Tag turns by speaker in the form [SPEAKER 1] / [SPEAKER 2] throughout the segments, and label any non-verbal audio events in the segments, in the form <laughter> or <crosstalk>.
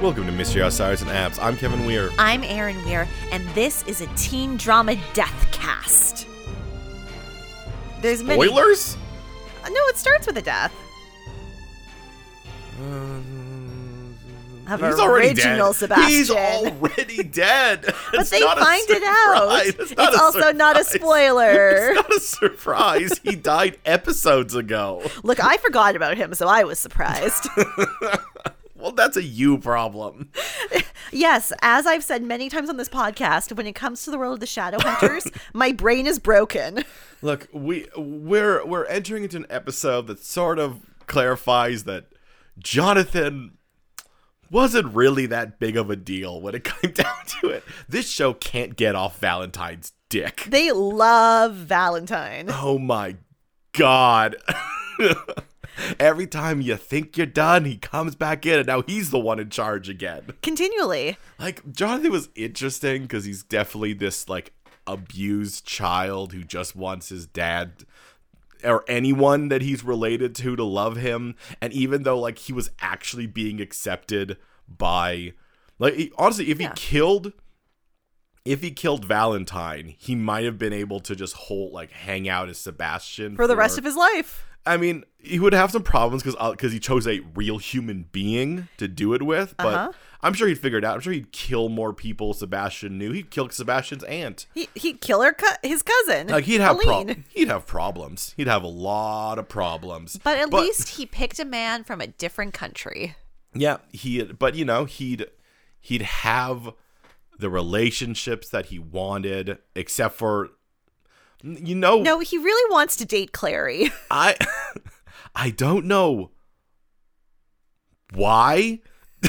[SPEAKER 1] Welcome to Mystery Outsiders and Abs. I'm Kevin Weir.
[SPEAKER 2] I'm Aaron Weir, and this is a teen drama death cast. There's many.
[SPEAKER 1] Boilers?
[SPEAKER 2] No, it starts with a death. Of
[SPEAKER 1] He's
[SPEAKER 2] our
[SPEAKER 1] already
[SPEAKER 2] original
[SPEAKER 1] dead.
[SPEAKER 2] Sebastian.
[SPEAKER 1] He's already dead.
[SPEAKER 2] <laughs> but they find it
[SPEAKER 1] <laughs>
[SPEAKER 2] out. It's, also not a spoiler.
[SPEAKER 1] It's not a surprise. he died episodes ago.
[SPEAKER 2] Look, I forgot about him, so I
[SPEAKER 1] <laughs>
[SPEAKER 2] was surprised.
[SPEAKER 1] Well, that's a you problem.
[SPEAKER 2] yes, as I've said many times on this podcast, when it comes to the world of the Shadowhunters,
[SPEAKER 1] <laughs>
[SPEAKER 2] my brain is broken.
[SPEAKER 1] Look, we we're we're entering into an episode that sort of clarifies that Jonathan wasn't really that big of a deal when it <laughs> came down to it. This show can't get off Valentine's dick.
[SPEAKER 2] They love Valentine.
[SPEAKER 1] <sighs> Oh my god. <laughs> Every time you think you're done, he comes back in and now he's the one in charge again.
[SPEAKER 2] Continually.
[SPEAKER 1] Like Jonathan was interesting cuz he's definitely this like abused child who just wants his dad or anyone that he's related to to love him and even though like he was actually being accepted by like he- honestly if
[SPEAKER 2] Yeah.
[SPEAKER 1] he killed if he killed Valentine, he might have been able to just hold like hang out as Sebastian
[SPEAKER 2] For the rest of his life.
[SPEAKER 1] I mean, he would have some problems because he chose a real human being to do it with. But
[SPEAKER 2] Uh-huh.
[SPEAKER 1] I'm sure he'd figure it out. I'm sure he'd kill more people. Sebastian knew he'd kill Sebastian's
[SPEAKER 2] <laughs>
[SPEAKER 1] aunt.
[SPEAKER 2] He he'd kill her co- his cousin.
[SPEAKER 1] Like he'd have
[SPEAKER 2] Aline.
[SPEAKER 1] problems. He'd have problems. He'd have a lot of problems.
[SPEAKER 2] But at least he picked a man from a different country.
[SPEAKER 1] yeah, he. But you know, he'd he'd have the relationships that he wanted, except for you know,
[SPEAKER 2] No, he really wants to date Clary. <laughs>
[SPEAKER 1] I <laughs> I don't know why. <laughs>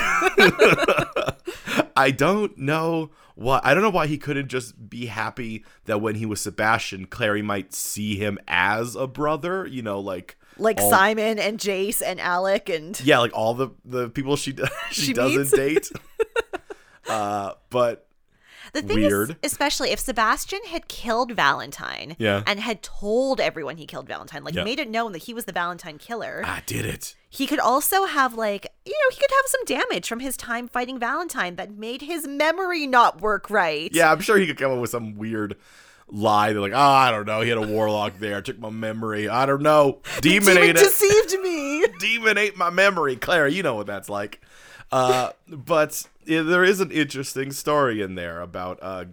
[SPEAKER 1] I don't know why. I don't know why he couldn't just be happy that when he was Sebastian, Clary might see him as a brother. You know, like
[SPEAKER 2] Like
[SPEAKER 1] all-
[SPEAKER 2] Simon and Jace and Alec and
[SPEAKER 1] yeah, like all the the people she <laughs> she,
[SPEAKER 2] She
[SPEAKER 1] doesn't
[SPEAKER 2] meets.
[SPEAKER 1] <laughs> date. uh, but
[SPEAKER 2] the thing
[SPEAKER 1] Weird.
[SPEAKER 2] is especially if Sebastian had killed Valentine
[SPEAKER 1] Yeah.
[SPEAKER 2] and had told everyone he killed Valentine, like
[SPEAKER 1] Yeah.
[SPEAKER 2] made it known that he was the Valentine killer,
[SPEAKER 1] I did it.
[SPEAKER 2] he could also have like, you know, he could have some damage from his time fighting Valentine that made his memory not work right.
[SPEAKER 1] Yeah, I'm sure he could come up with some weird lie. They're like, oh, I don't know. He had a warlock there. Took my memory. I don't know. <laughs> Demon,
[SPEAKER 2] Demon
[SPEAKER 1] ate it.
[SPEAKER 2] deceived
[SPEAKER 1] <laughs>
[SPEAKER 2] me.
[SPEAKER 1] demon ate my memory. Claire, you know what that's like. Uh, but i- there is an interesting story in there about uh,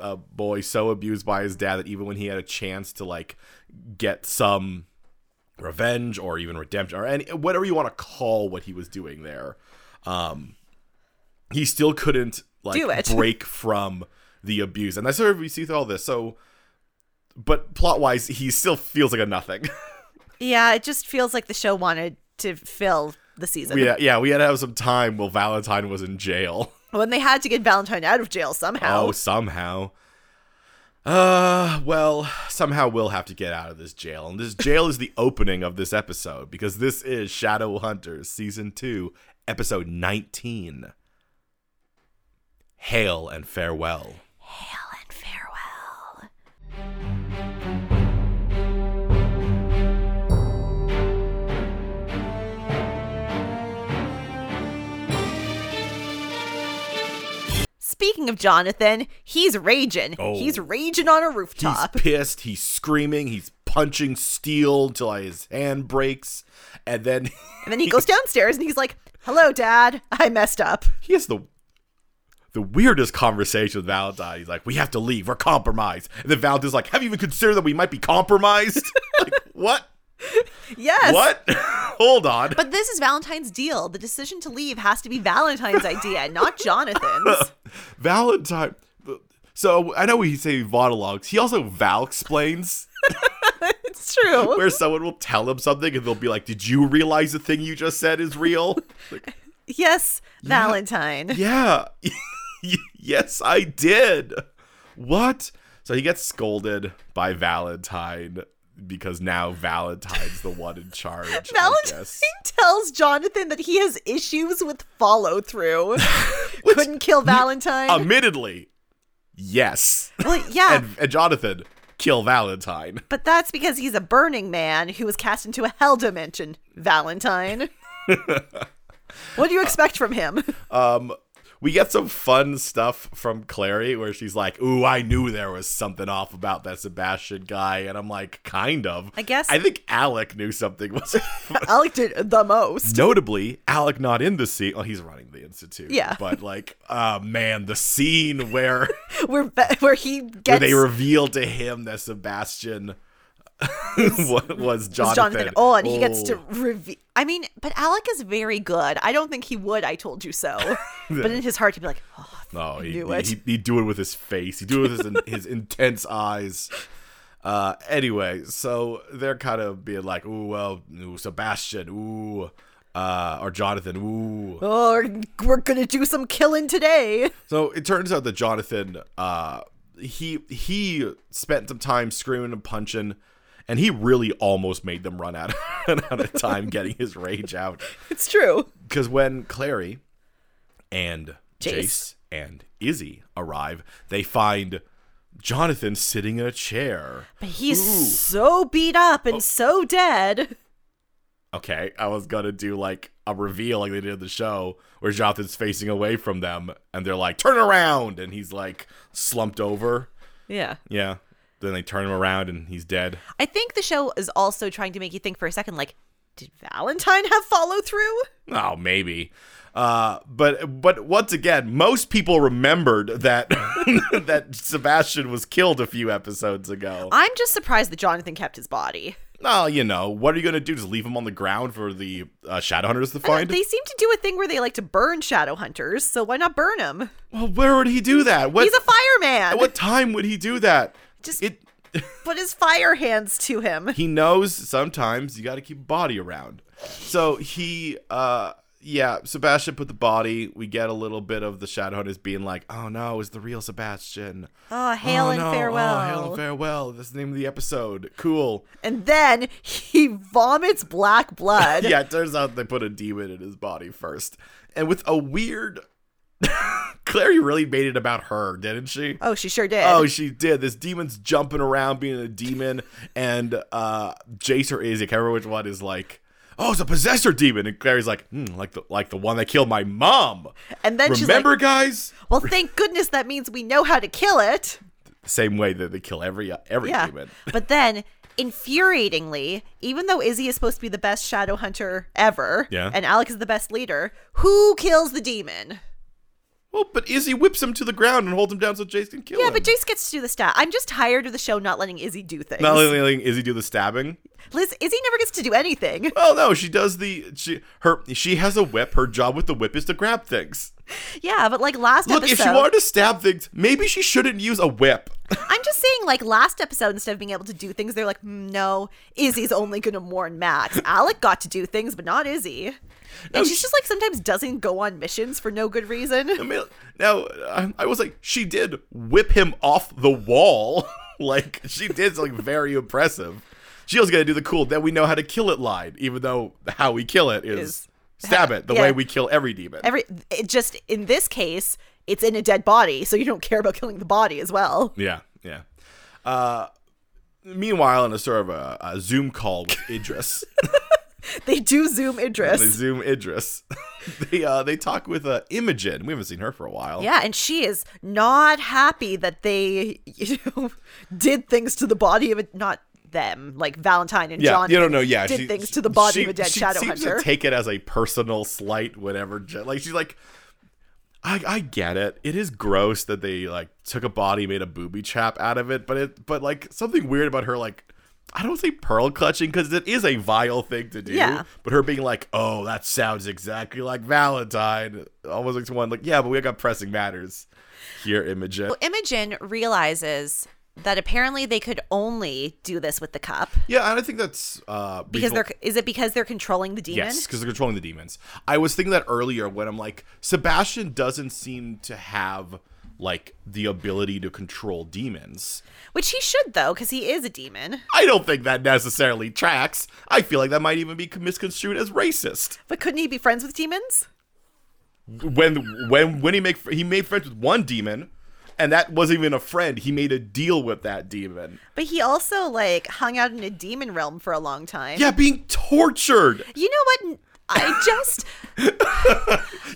[SPEAKER 1] a boy so abused by his dad that even when he had a chance to like get some revenge or even redemption or any whatever you want to call what he was doing there, um, he still couldn't like
[SPEAKER 2] Do it. <laughs>
[SPEAKER 1] break from the abuse, and that's sort of we see through all this. So, but plot wise, he still feels like a nothing. <laughs>
[SPEAKER 2] Yeah, it just feels like the show wanted to fill the season.
[SPEAKER 1] Yeah, yeah, we had to have some time while Valentine was in jail.
[SPEAKER 2] When they had to get Valentine out of jail somehow.
[SPEAKER 1] Oh, somehow. Uh, well, somehow we'll have to get out of this jail. And this jail is the opening of this episode because this is Shadow Hunters season 2, episode 19. Hail and farewell.
[SPEAKER 2] Hail and farewell. Speaking of Jonathan, he's raging.
[SPEAKER 1] Oh.
[SPEAKER 2] He's raging on a
[SPEAKER 1] He's
[SPEAKER 2] rooftop.
[SPEAKER 1] pissed, he's screaming, he's punching steel till his hand breaks, and then
[SPEAKER 2] and then
[SPEAKER 1] <laughs>
[SPEAKER 2] he goes downstairs and he's like, Hello, Dad. I messed up.
[SPEAKER 1] he has the the weirdest conversation with Valentine. He's like, "We have to leave. We're compromised." And then Valentine's like, "Have you even considered that we might be compromised? like, what?
[SPEAKER 2] Yes.
[SPEAKER 1] What? <laughs> Hold on."
[SPEAKER 2] But this is Valentine's deal. The decision to leave has to be Valentine's idea,
[SPEAKER 1] <laughs>
[SPEAKER 2] not Jonathan's.
[SPEAKER 1] Valentine. So I know we say monologues. He also Val explains
[SPEAKER 2] It's true.
[SPEAKER 1] where someone will tell him something and they'll be like, "Did you realize the thing you just said is real?" Like,
[SPEAKER 2] Yes, Valentine.
[SPEAKER 1] yeah. <laughs> yes, I did. What? So he gets scolded by Valentine because now Valentine's the one in charge. I
[SPEAKER 2] Valentine
[SPEAKER 1] guess.
[SPEAKER 2] tells Jonathan that he has issues with follow
[SPEAKER 1] <laughs>
[SPEAKER 2] through. Couldn't kill Valentine.
[SPEAKER 1] Admittedly, yes.
[SPEAKER 2] well, yeah,
[SPEAKER 1] um, And, and Jonathan, kill Valentine.
[SPEAKER 2] but that's
[SPEAKER 1] <laughs>
[SPEAKER 2] because he's a burning man who was cast into a hell dimension. Valentine. What do you expect from him?
[SPEAKER 1] Um, we get some fun stuff from Clary where she's like, "Ooh, I knew there was something off about that Sebastian guy," and I'm like, "Kind of."
[SPEAKER 2] I guess-
[SPEAKER 1] I think Alec knew something was. <laughs>
[SPEAKER 2] Alec did the most.
[SPEAKER 1] Notably, Alec not in the scene. Well, he's running the institute.
[SPEAKER 2] Yeah.
[SPEAKER 1] but like, uh, man, the scene
[SPEAKER 2] <laughs>
[SPEAKER 1] where
[SPEAKER 2] Where be- where he gets
[SPEAKER 1] where they reveal to him that Sebastian <laughs> was was
[SPEAKER 2] was
[SPEAKER 1] Jonathan.
[SPEAKER 2] Jonathan Olin. He gets to
[SPEAKER 1] Oh.
[SPEAKER 2] reveal. I mean, but Alec is very good. I don't think he would. I told you so. <laughs> but in his heart, he'd be like, oh,
[SPEAKER 1] No, he,
[SPEAKER 2] Knew
[SPEAKER 1] he,
[SPEAKER 2] it.
[SPEAKER 1] he he'd do it with his face. He do it with his, <laughs> his intense eyes. Uh, anyway, so they're kind of being like, "Ooh, well, ooh, Sebastian, ooh, uh, or Jonathan, ooh."
[SPEAKER 2] oh, we're- we're gonna do some killing today. <laughs>
[SPEAKER 1] So it turns out that Jonathan, uh, he he spent some time screaming and punching, and he really almost made them run out <laughs> of, out of time getting his rage out.
[SPEAKER 2] It's true.
[SPEAKER 1] Because when Clary and Jace.
[SPEAKER 2] Jace.
[SPEAKER 1] and Izzy arrive, they find Jonathan sitting in a chair.
[SPEAKER 2] But he's
[SPEAKER 1] Ooh.
[SPEAKER 2] so beat up and so dead.
[SPEAKER 1] Okay, I was gonna do like a reveal like they did in the show where Jonathan's facing away from them and they're like, turn around! And he's like slumped over.
[SPEAKER 2] Yeah.
[SPEAKER 1] Yeah. Then they turn him around and he's dead.
[SPEAKER 2] I think the show is also trying to make you think for a second, like, did Valentine have follow through?
[SPEAKER 1] Oh, maybe. Uh, but but once again, most people remembered that <laughs> that Sebastian was killed a few episodes ago.
[SPEAKER 2] I'm just surprised that Jonathan kept his body.
[SPEAKER 1] Oh, you know, what are you gonna do? Just leave him on the ground for the uh, Shadowhunters to find?
[SPEAKER 2] They seem to do a thing where they like to burn shadow hunters, so why not burn him?
[SPEAKER 1] well, where would he do that? What?
[SPEAKER 2] He's a fireman.
[SPEAKER 1] at what time would he do that?
[SPEAKER 2] Just-
[SPEAKER 1] it.
[SPEAKER 2] Put his fire hands to him. <laughs>
[SPEAKER 1] He knows sometimes you got to keep a body around. So he, uh, yeah, Sebastian put the body. We get a little bit of the Shadowhunters being like, "Oh no, it's the real Sebastian."
[SPEAKER 2] Oh, hail
[SPEAKER 1] Oh,
[SPEAKER 2] and
[SPEAKER 1] no.
[SPEAKER 2] farewell.
[SPEAKER 1] Oh, hail and farewell. That's the name of the episode. Cool.
[SPEAKER 2] And then he vomits black
[SPEAKER 1] <laughs>
[SPEAKER 2] blood.
[SPEAKER 1] yeah, it turns out they put a demon in his body first. And with a weird. <laughs> Clary really made it about her, didn't she?
[SPEAKER 2] Oh, she sure did.
[SPEAKER 1] Oh, she did. This demon's jumping around being a demon, and uh, Jace or Izzy, I can't remember which one, is like, "Oh, it's a possessor demon," and Clary's like, hmm, "Like the like the one that killed my mom."
[SPEAKER 2] and then she's
[SPEAKER 1] Remember,
[SPEAKER 2] like,
[SPEAKER 1] guys,
[SPEAKER 2] well, thank goodness that means we know how to kill it.
[SPEAKER 1] same way that they kill every uh, every <laughs>
[SPEAKER 2] Yeah.
[SPEAKER 1] demon.
[SPEAKER 2] But then, infuriatingly, even though Izzy is supposed to be the best shadow hunter ever,
[SPEAKER 1] Yeah.
[SPEAKER 2] and Alec is the best leader, who kills the demon?
[SPEAKER 1] Well, but Izzy whips him to the ground and holds him down so Jace can kill
[SPEAKER 2] Yeah,
[SPEAKER 1] him.
[SPEAKER 2] but Jace gets to do the stat. I'm just tired of the show not letting Izzy do things.
[SPEAKER 1] not only letting Izzy do the stabbing.
[SPEAKER 2] Liz, Izzy never gets to
[SPEAKER 1] <laughs>
[SPEAKER 2] do anything.
[SPEAKER 1] Well, no, she does the she her she has a whip. Her job with the whip is to grab things.
[SPEAKER 2] Yeah, but like last
[SPEAKER 1] Look, if
[SPEAKER 2] episode,
[SPEAKER 1] she wanted to stab things, maybe she shouldn't use a whip.
[SPEAKER 2] I'm just saying, like last episode, instead of being able to do things, they're like, "Mm, no, Izzy's only gonna mourn Max. Alec got to do things, but not Izzy. And she's just like sometimes doesn't go on missions for no good
[SPEAKER 1] I
[SPEAKER 2] reason.
[SPEAKER 1] mean, now I, I was like, she did whip him off the wall. <laughs> like she did something very impressive. She was gonna do the cool. Then we know how to kill it line, even though how we kill it is,
[SPEAKER 2] Is-
[SPEAKER 1] stab it the
[SPEAKER 2] yeah.
[SPEAKER 1] way we kill every demon.
[SPEAKER 2] Every it just in this case, it's in a dead body, so you don't care about killing the body as well. <laughs>
[SPEAKER 1] Yeah, yeah. Uh, meanwhile, in a sort of a, a Zoom call with
[SPEAKER 2] <laughs>
[SPEAKER 1] Idris.
[SPEAKER 2] They do zoom
[SPEAKER 1] they
[SPEAKER 2] Idris.
[SPEAKER 1] zoom Idris. <laughs> they uh, they talk with uh, Imogen. We haven't seen her for a while.
[SPEAKER 2] Yeah, and she is not happy that they, <laughs> you know, did things to the body of a not them, like Valentine and
[SPEAKER 1] yeah.
[SPEAKER 2] John.
[SPEAKER 1] you don't know. Yeah,
[SPEAKER 2] did
[SPEAKER 1] she-
[SPEAKER 2] things to the body
[SPEAKER 1] she-
[SPEAKER 2] of a dead
[SPEAKER 1] she
[SPEAKER 2] shadow
[SPEAKER 1] seems
[SPEAKER 2] hunter.
[SPEAKER 1] To take it as a personal slight, whatever. j- Like she's like, I I get it. It is gross that they like took a body, made a booby trap out of it, but it but like something weird about her like. I don't say pearl clutching because it is a vile thing to do.
[SPEAKER 2] Yeah.
[SPEAKER 1] But her being like, "Oh, that sounds exactly like Valentine," almost like someone like, "Yeah, but we got pressing matters here, Imogen."
[SPEAKER 2] Well, Imogen realizes that apparently they could only do this with the cup
[SPEAKER 1] Yeah, and I think that's uh,
[SPEAKER 2] because
[SPEAKER 1] reasonable-
[SPEAKER 2] they're is it because they're controlling the demon?
[SPEAKER 1] Yes, because they're controlling the demons. I was thinking that earlier when I'm like, Sebastian doesn't seem to have like the ability to control demons.
[SPEAKER 2] Which he should though, because he is a demon.
[SPEAKER 1] I don't think that necessarily tracks. I feel like that might even be misconstrued as racist.
[SPEAKER 2] But couldn't he be friends with demons?
[SPEAKER 1] When when when he make he made friends with one demon, and that wasn't even a friend. He made a deal with that demon.
[SPEAKER 2] But he also like hung out in a demon realm for a long time.
[SPEAKER 1] Yeah, being tortured.
[SPEAKER 2] You know what? I <laughs> just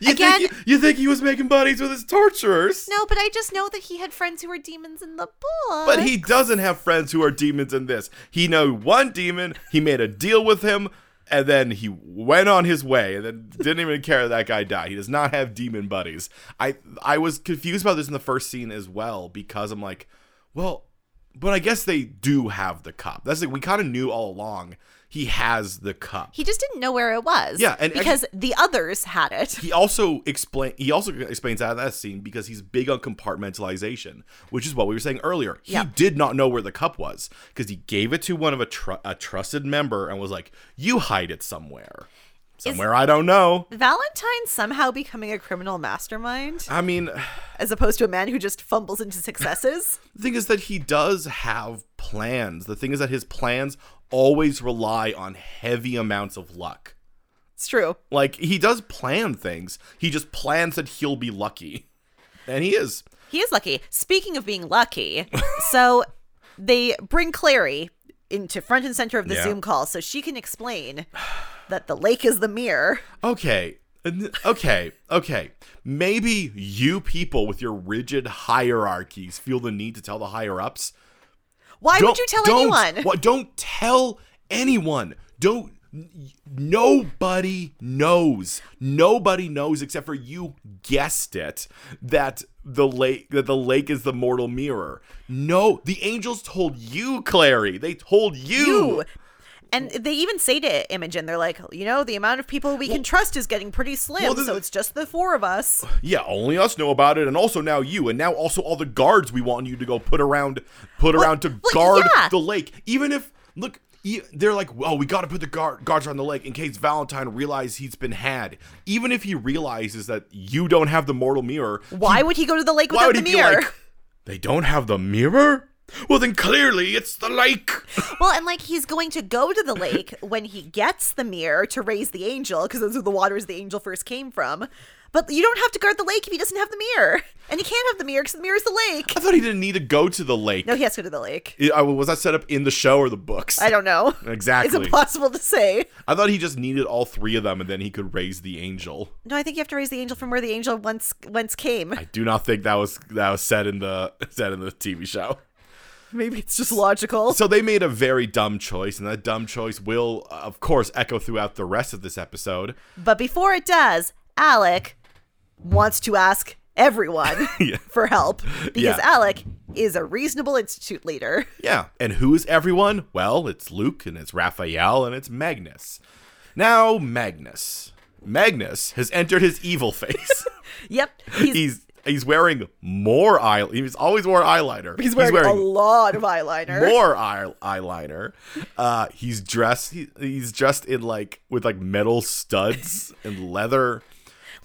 [SPEAKER 1] You
[SPEAKER 2] Again-
[SPEAKER 1] think he, you think he was making buddies with his torturers?
[SPEAKER 2] no, but I just know that he had friends who were demons in the book.
[SPEAKER 1] But he doesn't have friends who are demons in this. He knew one demon, he made a deal with him, and then he went on his way and then didn't even care that guy died. He does not have demon buddies. I I was confused about this in the first scene as well because I'm like, well, but I guess they do have the cup. That's like we kind of knew all along he has the cup.
[SPEAKER 2] he just didn't know where it was.
[SPEAKER 1] Yeah, and-
[SPEAKER 2] because the others had it.
[SPEAKER 1] He also explain he also explains out of that scene because he's big on compartmentalization, which is what we were saying earlier. He
[SPEAKER 2] Yeah.
[SPEAKER 1] did not know where the cup was because he gave it to one of a, tr- a trusted member and was like, "You hide it somewhere, somewhere I don't know."
[SPEAKER 2] Valentine somehow becoming a criminal mastermind
[SPEAKER 1] I mean,
[SPEAKER 2] as opposed to a man who just fumbles into successes.
[SPEAKER 1] the thing is that he does have plans. The thing is that his plans always rely on heavy amounts of luck.
[SPEAKER 2] It's true.
[SPEAKER 1] Like he does plan things. He just plans that he'll be lucky, and he is.
[SPEAKER 2] He is lucky. Speaking of
[SPEAKER 1] <laughs>
[SPEAKER 2] being lucky, so they bring Clary into front and center of the
[SPEAKER 1] Yeah.
[SPEAKER 2] Zoom call so she can explain that the lake is the mirror.
[SPEAKER 1] Okay. n- Okay. Okay. Maybe you people with your rigid hierarchies feel the need to tell the higher ups.
[SPEAKER 2] Why would you tell
[SPEAKER 1] don't,
[SPEAKER 2] anyone?
[SPEAKER 1] What, don't tell anyone. Don't. n- Nobody knows. Nobody knows except for you guessed it that the lake that the lake is the mortal mirror. No, the angels told you, Clary. They told
[SPEAKER 2] You. And they even say to Imogen, they're like, you know, the amount of people we can trust is getting pretty slim,
[SPEAKER 1] well, this-
[SPEAKER 2] so it's just the four of us.
[SPEAKER 1] Yeah, only us know about it, and also now you, and now also all the guards we want you to go put around, put around to
[SPEAKER 2] well,
[SPEAKER 1] guard
[SPEAKER 2] yeah.
[SPEAKER 1] the lake. Even if look, e- they're like, well, we got to put the guard, guards around the lake in case Valentine realizes he's been had. Even if he realizes that you don't have the mortal mirror,
[SPEAKER 2] Why would he go to the lake
[SPEAKER 1] why
[SPEAKER 2] without
[SPEAKER 1] would
[SPEAKER 2] the
[SPEAKER 1] he be
[SPEAKER 2] mirror?
[SPEAKER 1] like, they don't have the mirror? Well, then clearly it's the lake.
[SPEAKER 2] Well, and like he's going to
[SPEAKER 1] <laughs>
[SPEAKER 2] go to the lake when he gets the mirror to raise the angel, because those are the waters the angel first came from. But you don't have to guard the lake if he doesn't have the mirror. And he can't have the mirror because the mirror is the lake.
[SPEAKER 1] I thought he didn't need to go to the lake.
[SPEAKER 2] No, he has to go to the lake.
[SPEAKER 1] I- I- was that set up in the show or the books?
[SPEAKER 2] I don't know. It's
[SPEAKER 1] Exactly.
[SPEAKER 2] impossible to say.
[SPEAKER 1] I thought he just needed all three of them, and then he could raise the angel.
[SPEAKER 2] No, I think you have to raise the angel from where the angel once once came.
[SPEAKER 1] I do not think that was that was said in the <laughs> said in the TV show.
[SPEAKER 2] Maybe it's just logical.
[SPEAKER 1] So they made a very dumb choice, and that dumb choice will, uh, of course, echo throughout the rest of this episode.
[SPEAKER 2] But before it does, Alec wants to ask everyone
[SPEAKER 1] <laughs> Yeah.
[SPEAKER 2] for help because
[SPEAKER 1] Yeah.
[SPEAKER 2] Alec is a reasonable institute leader. <laughs>
[SPEAKER 1] Yeah, and who is everyone? Well, it's Luke, and it's Raphael, and it's Magnus. Now Magnus, Magnus has entered his evil <laughs> phase.
[SPEAKER 2] Yep.
[SPEAKER 1] he's he's wearing more eye. He's always wore eyeliner.
[SPEAKER 2] He's wearing, a lot of eyeliner.
[SPEAKER 1] more eye- eyeliner. Uh, he's dressed. He, he's dressed in like with like metal studs and leather.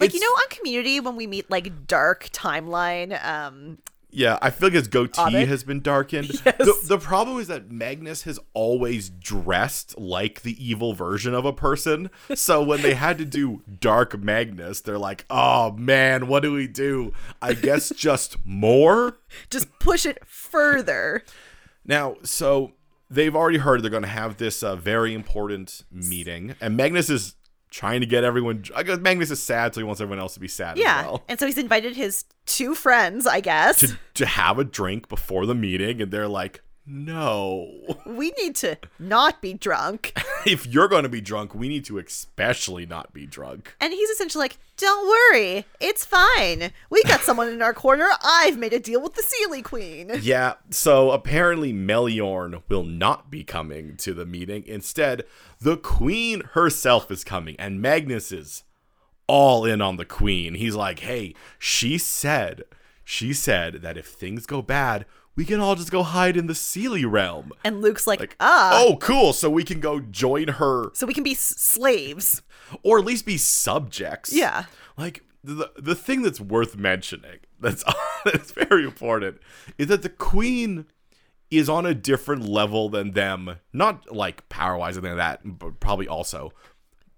[SPEAKER 2] like you
[SPEAKER 1] It's-
[SPEAKER 2] know, on Community when we meet like dark timeline. Um,
[SPEAKER 1] Yeah, I feel like his goatee
[SPEAKER 2] Ovid?
[SPEAKER 1] has been
[SPEAKER 2] <laughs>
[SPEAKER 1] darkened.
[SPEAKER 2] Yes.
[SPEAKER 1] The, the problem is that Magnus has always dressed like the evil version of a person. So when they had to do Dark Magnus, they're like, "Oh man, what do we do? I
[SPEAKER 2] <laughs>
[SPEAKER 1] guess just more."
[SPEAKER 2] just push it further.
[SPEAKER 1] Now, so they've already heard they're going to have this uh, very important meeting, and Magnus is trying to get everyone. I guess Magnus is sad, so he wants everyone else to be sad
[SPEAKER 2] Yeah.
[SPEAKER 1] as well.
[SPEAKER 2] And so he's invited his two friends, I guess.
[SPEAKER 1] To, to have a drink before the meeting, and they're like, "No, <laughs>
[SPEAKER 2] we need to not be drunk.
[SPEAKER 1] if you're going to be drunk, we need to especially not be drunk."
[SPEAKER 2] And he's essentially like, "Don't worry, it's fine.
[SPEAKER 1] <laughs>
[SPEAKER 2] We got someone in our corner. I've made a deal with the Sealy Queen."
[SPEAKER 1] Yeah, so apparently Meliorn will not be coming to the meeting. Instead, the queen herself is coming, and Magnus is all in on the queen. He's like, hey, she said, she said that if things go bad, we can all just go hide in the Sealy realm.
[SPEAKER 2] And Luke's like, "Ah,
[SPEAKER 1] oh, cool. So we can go join her,
[SPEAKER 2] so we can be s- slaves."
[SPEAKER 1] or at least be subjects.
[SPEAKER 2] Yeah.
[SPEAKER 1] Like, the, the thing that's worth mentioning, that's, <laughs> that's very important, is that the queen is on a different level than them. Not like power wise and that, but probably also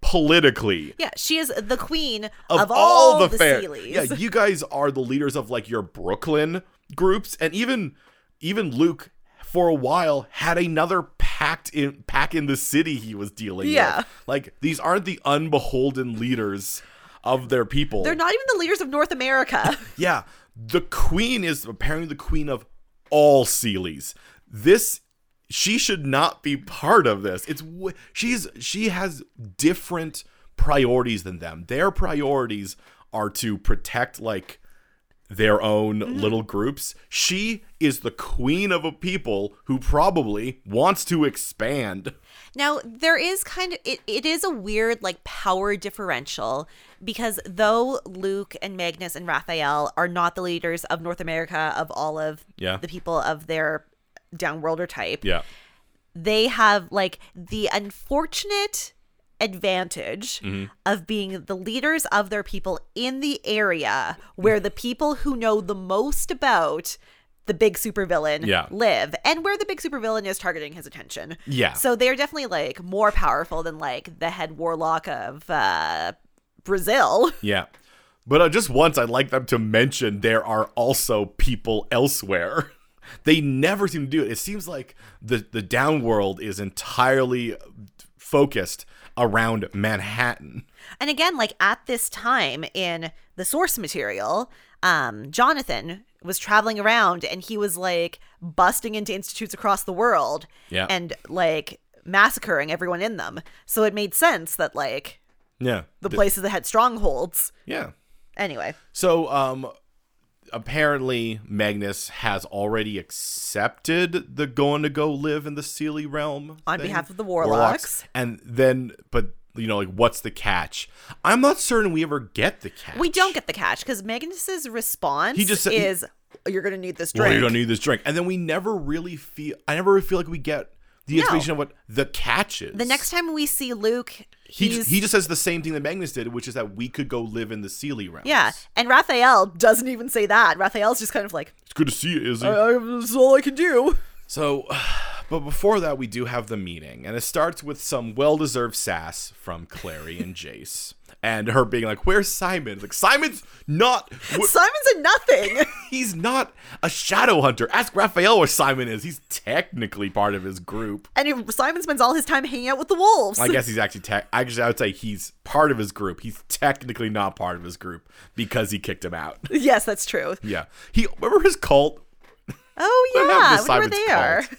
[SPEAKER 1] politically.
[SPEAKER 2] Yeah, she is the queen
[SPEAKER 1] Of,
[SPEAKER 2] of, all, the,
[SPEAKER 1] fair-
[SPEAKER 2] Seelys.
[SPEAKER 1] Yeah, you guys are the leaders of like your Brooklyn groups and even even Luke for a while had another pact in pack in the city he was dealing
[SPEAKER 3] Yeah.
[SPEAKER 1] with. Like these aren't the unbeholden leaders of their people.
[SPEAKER 3] They're not even the leaders of North America.
[SPEAKER 1] Yeah, the queen is apparently the queen of all Sealies. This she should not be part of this. It's w- she's she has different priorities than them. Their priorities are to protect like their own little groups. She is the queen of a people who probably wants to expand.
[SPEAKER 2] Now there is kind of it, it is a weird like power differential because though Luke and Magnus and Raphael are not the leaders of North America of all of
[SPEAKER 1] Yeah.
[SPEAKER 2] the people of their downworlder type,
[SPEAKER 1] Yeah.
[SPEAKER 2] they have like the unfortunate advantage
[SPEAKER 1] Mm-hmm.
[SPEAKER 2] of being the leaders of their people in the area where the people who know the most about the big supervillain
[SPEAKER 1] Yeah.
[SPEAKER 2] live and where the big supervillain is targeting his attention.
[SPEAKER 1] Yeah.
[SPEAKER 2] So they're definitely like more powerful than like the head warlock of uh Brazil. <laughs>
[SPEAKER 1] Yeah. But uh, just once, I'd like them to mention there are also people elsewhere. <laughs> They never seem to do it. It seems like the, the downworld is entirely focused around Manhattan.
[SPEAKER 2] And again, like at this time in the source material, um, Jonathan was traveling around and he was like busting into institutes across the world
[SPEAKER 1] Yeah.
[SPEAKER 2] and like massacring everyone in them. So it made sense that like
[SPEAKER 1] Yeah.
[SPEAKER 2] the places that had strongholds.
[SPEAKER 1] yeah.
[SPEAKER 2] Anyway,
[SPEAKER 1] So, um, apparently Magnus has already accepted the going to go live in the Sealy realm
[SPEAKER 2] On behalf of the warlocks.
[SPEAKER 1] and then, but you know, like, what's the catch? I'm not certain we ever get the catch.
[SPEAKER 2] we don't get the catch because Magnus's response
[SPEAKER 1] He just said- he-
[SPEAKER 2] is, "You're gonna need this
[SPEAKER 1] Well,
[SPEAKER 2] drink."
[SPEAKER 1] you're gonna need this drink, and then we never really feel. I never really feel like we get the explanation of what the catch is.
[SPEAKER 2] the next time we see Luke,
[SPEAKER 1] he
[SPEAKER 2] he's
[SPEAKER 1] just, he just says the same thing that Magnus did, which is that we could go live in the Sealy realm.
[SPEAKER 2] yeah, and Raphael doesn't even say that. Raphael's just kind of like,
[SPEAKER 1] it's good to see you, Izzy.
[SPEAKER 2] "Uh, "This is all I can do."
[SPEAKER 1] so, <sighs> but before that, we do have the meeting, and it starts with some well-deserved sass from Clary
[SPEAKER 2] <laughs>
[SPEAKER 1] and Jace, and her being like, "Where's Simon?" Like Simon's
[SPEAKER 2] <laughs>
[SPEAKER 1] not. wh-
[SPEAKER 2] Simon's
[SPEAKER 1] <laughs>
[SPEAKER 2] in nothing.
[SPEAKER 1] He's not a shadow hunter. Ask Raphael where Simon is. He's technically part of his group.
[SPEAKER 2] And if Simon spends all his time hanging out with the wolves.
[SPEAKER 1] I guess he's actually tech. Actually, I would say he's part of his group. He's technically not part of his group because he kicked him out. <laughs>
[SPEAKER 2] yes, that's true.
[SPEAKER 1] yeah, he remember his cult. <sighs>
[SPEAKER 2] Oh
[SPEAKER 1] What
[SPEAKER 2] yeah,
[SPEAKER 1] happened
[SPEAKER 2] when
[SPEAKER 1] to
[SPEAKER 2] were
[SPEAKER 1] Simon's
[SPEAKER 2] they are.
[SPEAKER 1] cult?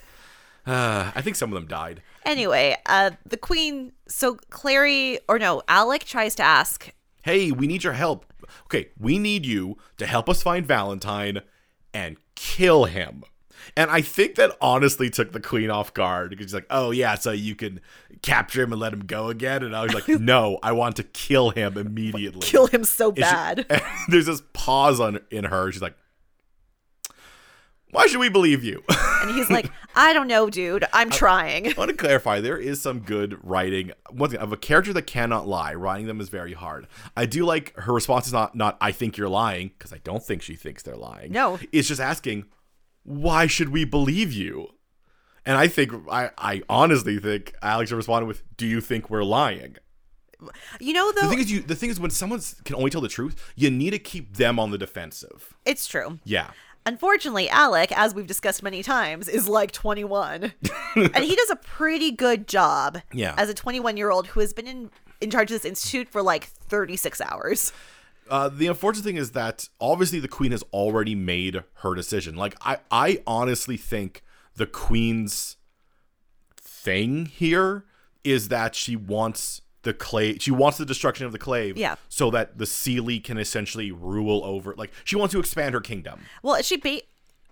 [SPEAKER 1] Uh, I think some of them died.
[SPEAKER 2] Anyway, uh, the queen. So Clary, or no, Alec tries to ask.
[SPEAKER 1] Hey, we need your help. Okay, we need you to help us find Valentine and kill him. And I think that honestly took the queen off guard because she's like, "Oh yeah, so you can capture him and let him go again." And I was like, "No, I want to kill him immediately."
[SPEAKER 3] Kill him so
[SPEAKER 1] And she-
[SPEAKER 3] bad.
[SPEAKER 1] and <laughs> there's this pause on in her. She's like, "Why should we believe you?" <laughs> I
[SPEAKER 2] And he's like, I don't know, dude.
[SPEAKER 1] <laughs>
[SPEAKER 2] I'm trying.
[SPEAKER 1] want to clarify. There is some good writing. One thing of a character that cannot lie. Writing them is very hard. I do like her response is not not I think you're lying because I don't think she thinks they're lying.
[SPEAKER 2] No.
[SPEAKER 1] it's just asking, "Why should we believe you?" And I think I I honestly think Alex responded with, "Do you think we're lying?"
[SPEAKER 2] You know,
[SPEAKER 1] The
[SPEAKER 2] though,
[SPEAKER 1] thing is, you the thing is when someone can only tell the truth, you need to keep them on the defensive.
[SPEAKER 2] it's true.
[SPEAKER 1] Yeah.
[SPEAKER 2] Unfortunately, Alec, as we've discussed many times, is
[SPEAKER 1] <laughs>
[SPEAKER 2] like 21. and he does a pretty good job
[SPEAKER 1] Yeah.
[SPEAKER 2] as a 21 year old who has been in, in charge of this institute for like 36 hours.
[SPEAKER 1] Uh, the unfortunate thing is that obviously the queen has already made her decision. Like I, I honestly think the queen's thing here is that she wants the clay. She wants the destruction of the clave.
[SPEAKER 2] Yeah.
[SPEAKER 1] So that the Sealy can essentially rule over. Like she wants to expand her kingdom.
[SPEAKER 2] Well, she ba-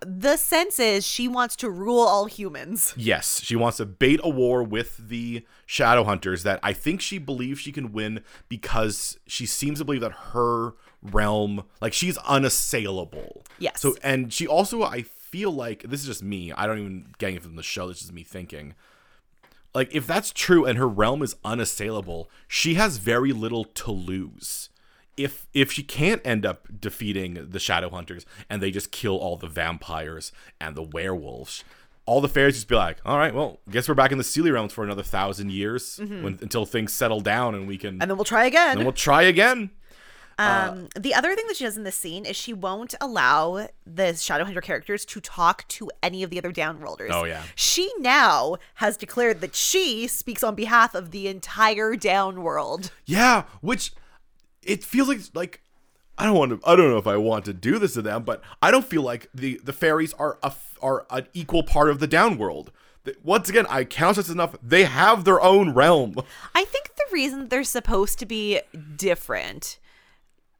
[SPEAKER 2] the sense is she wants to rule all humans.
[SPEAKER 1] Yes, she wants to bait a war with the Shadow Hunters that I think she believes she can win because she seems to believe that her realm, like she's unassailable.
[SPEAKER 2] Yes.
[SPEAKER 1] So, and she also, I feel like this is just me. I don't even getting it from the show. This is me thinking. Like, if that's true and her realm is unassailable, she has very little to lose. If if she can't end up defeating the Shadow Hunters and they just kill all the vampires and the werewolves, all the fairies just be like, "All right, well, guess we're back in the Sealy realms for another thousand years when, until things settle down and we can
[SPEAKER 3] and then we'll try again.
[SPEAKER 1] and we'll try again."
[SPEAKER 2] Um, the other thing that she does in this scene is she won't allow the Shadowhunter characters to talk to any of the other downworlders.
[SPEAKER 1] Oh, yeah.
[SPEAKER 2] She now has declared that she speaks on behalf of the entire downworld.
[SPEAKER 1] Yeah, which it feels like like I don't want to. I don't know if I want to do this to them, but I don't feel like the the fairies are a, f- are an equal part of the downworld. Th- Once again, I count this enough. They have their own realm. <laughs>
[SPEAKER 2] I think the reason they're supposed to be different,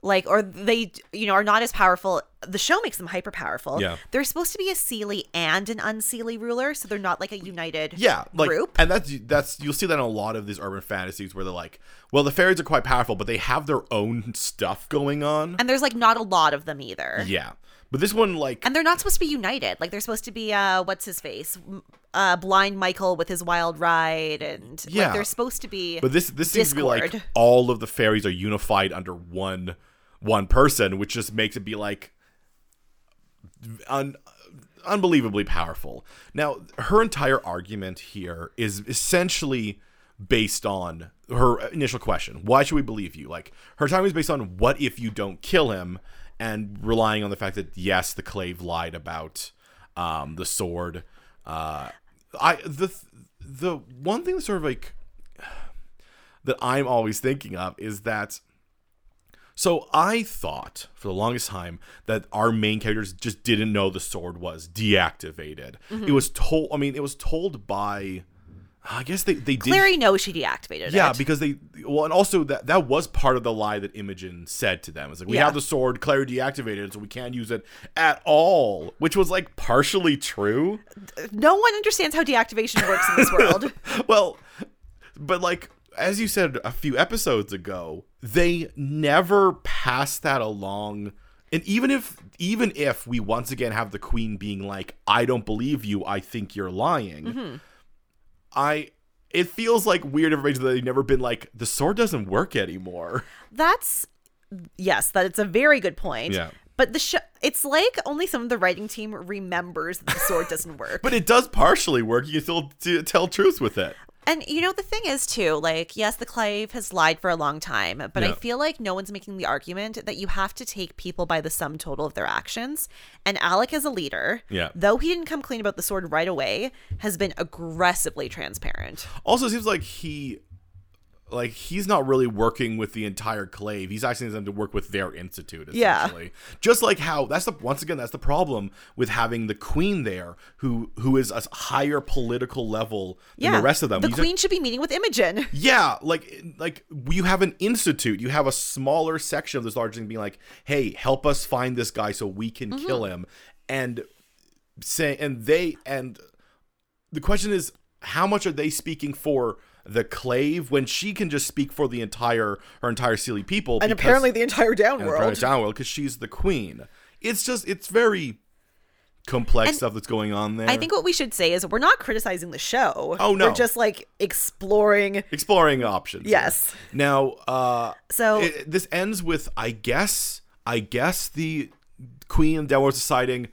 [SPEAKER 2] like, or they, you know, are not as powerful, the show makes them hyper powerful.
[SPEAKER 1] Yeah.
[SPEAKER 2] They're supposed to be a Sealy and an unseelie ruler, so they're not like a united
[SPEAKER 1] Yeah, like
[SPEAKER 2] group.
[SPEAKER 1] and that's that's you'll see that in a lot of these urban fantasies where they're like, well, the fairies are quite powerful, but they have their own stuff going on.
[SPEAKER 2] And there's like not a lot of them either.
[SPEAKER 1] yeah, but this one like
[SPEAKER 2] And they're not supposed to be united. Like they're supposed to be uh what's his face? M- Uh blind Michael with his wild ride and
[SPEAKER 1] Yeah.
[SPEAKER 2] like they're supposed to be
[SPEAKER 1] But this this seems to be like
[SPEAKER 2] Discord.
[SPEAKER 1] all of the fairies are unified under one one person, which just makes it be like un, unbelievably powerful. Now, her entire argument here is essentially based on her initial question: Why should we believe you? Like her time is based on what if you don't kill him, and relying on the fact that yes, the clave lied about um, the sword. Uh, I the th- the one thing that sort of like <sighs> that I'm always thinking of is that. So I thought for the longest time that our main characters just didn't know the sword was deactivated.
[SPEAKER 2] Mm-hmm.
[SPEAKER 1] It was told. I mean, it was told by. I guess they they did.
[SPEAKER 2] Larry knows she deactivated
[SPEAKER 1] Yeah,
[SPEAKER 2] it.
[SPEAKER 1] because they well, and also that that was part of the lie that Imogen said to them. It's like we
[SPEAKER 2] Yeah.
[SPEAKER 1] have the sword, Claire deactivated, it, so we can't use it at all, which was like partially true.
[SPEAKER 2] no one understands how deactivation works
[SPEAKER 1] <laughs>
[SPEAKER 2] in this world.
[SPEAKER 1] well, but like as you said a few episodes ago, they never pass that along. And even if even if we once again have the queen being like, "I don't believe you. I think you're lying." I it feels like weird information that they've never been like the sword doesn't work anymore. <laughs>
[SPEAKER 2] That's yes, that it's a very good point.
[SPEAKER 1] Yeah.
[SPEAKER 2] But the show it's like only some of the writing team remembers that the sword doesn't work.
[SPEAKER 1] <laughs> But it does partially work. You can still t- tell truths with it.
[SPEAKER 2] And you know the thing is too, like yes, the Clive has lied for a long time, but
[SPEAKER 1] Yeah.
[SPEAKER 2] I feel like no one's making the argument that you have to take people by the sum total of their actions. And Alec, as a leader,
[SPEAKER 1] Yeah.
[SPEAKER 2] though he didn't come clean about the sword right away, has been aggressively transparent.
[SPEAKER 1] Also, it seems like he, like he's not really working with the entire clave. He's asking them to work with their institute,
[SPEAKER 2] Yeah.
[SPEAKER 1] essentially. Just like how that's the once again that's the problem with having the queen there, who who is a higher political level than the rest of them.
[SPEAKER 2] the
[SPEAKER 1] These are-
[SPEAKER 2] queen should be meeting with Imogen.
[SPEAKER 1] <laughs> yeah, like like you have an institute, you have a smaller section of this large thing being like, "Hey, help us find this guy so we can kill
[SPEAKER 4] Mm-hmm.
[SPEAKER 1] him," and say, and they and the question is, how much are they speaking for the clave when she can just speak for the entire her entire silly people?
[SPEAKER 4] And
[SPEAKER 1] because-
[SPEAKER 4] apparently the entire
[SPEAKER 1] and apparently
[SPEAKER 4] downworld.
[SPEAKER 1] downworld because she's the queen. It's just it's very complex stuff that's going on there.
[SPEAKER 2] I think what we should say is we're not criticizing the show.
[SPEAKER 1] Oh, no.
[SPEAKER 2] We're just like exploring.
[SPEAKER 1] exploring options. here.
[SPEAKER 4] Yes.
[SPEAKER 1] Now, uh,
[SPEAKER 2] So-
[SPEAKER 1] it- this ends with I guess I guess the queen and downwards deciding.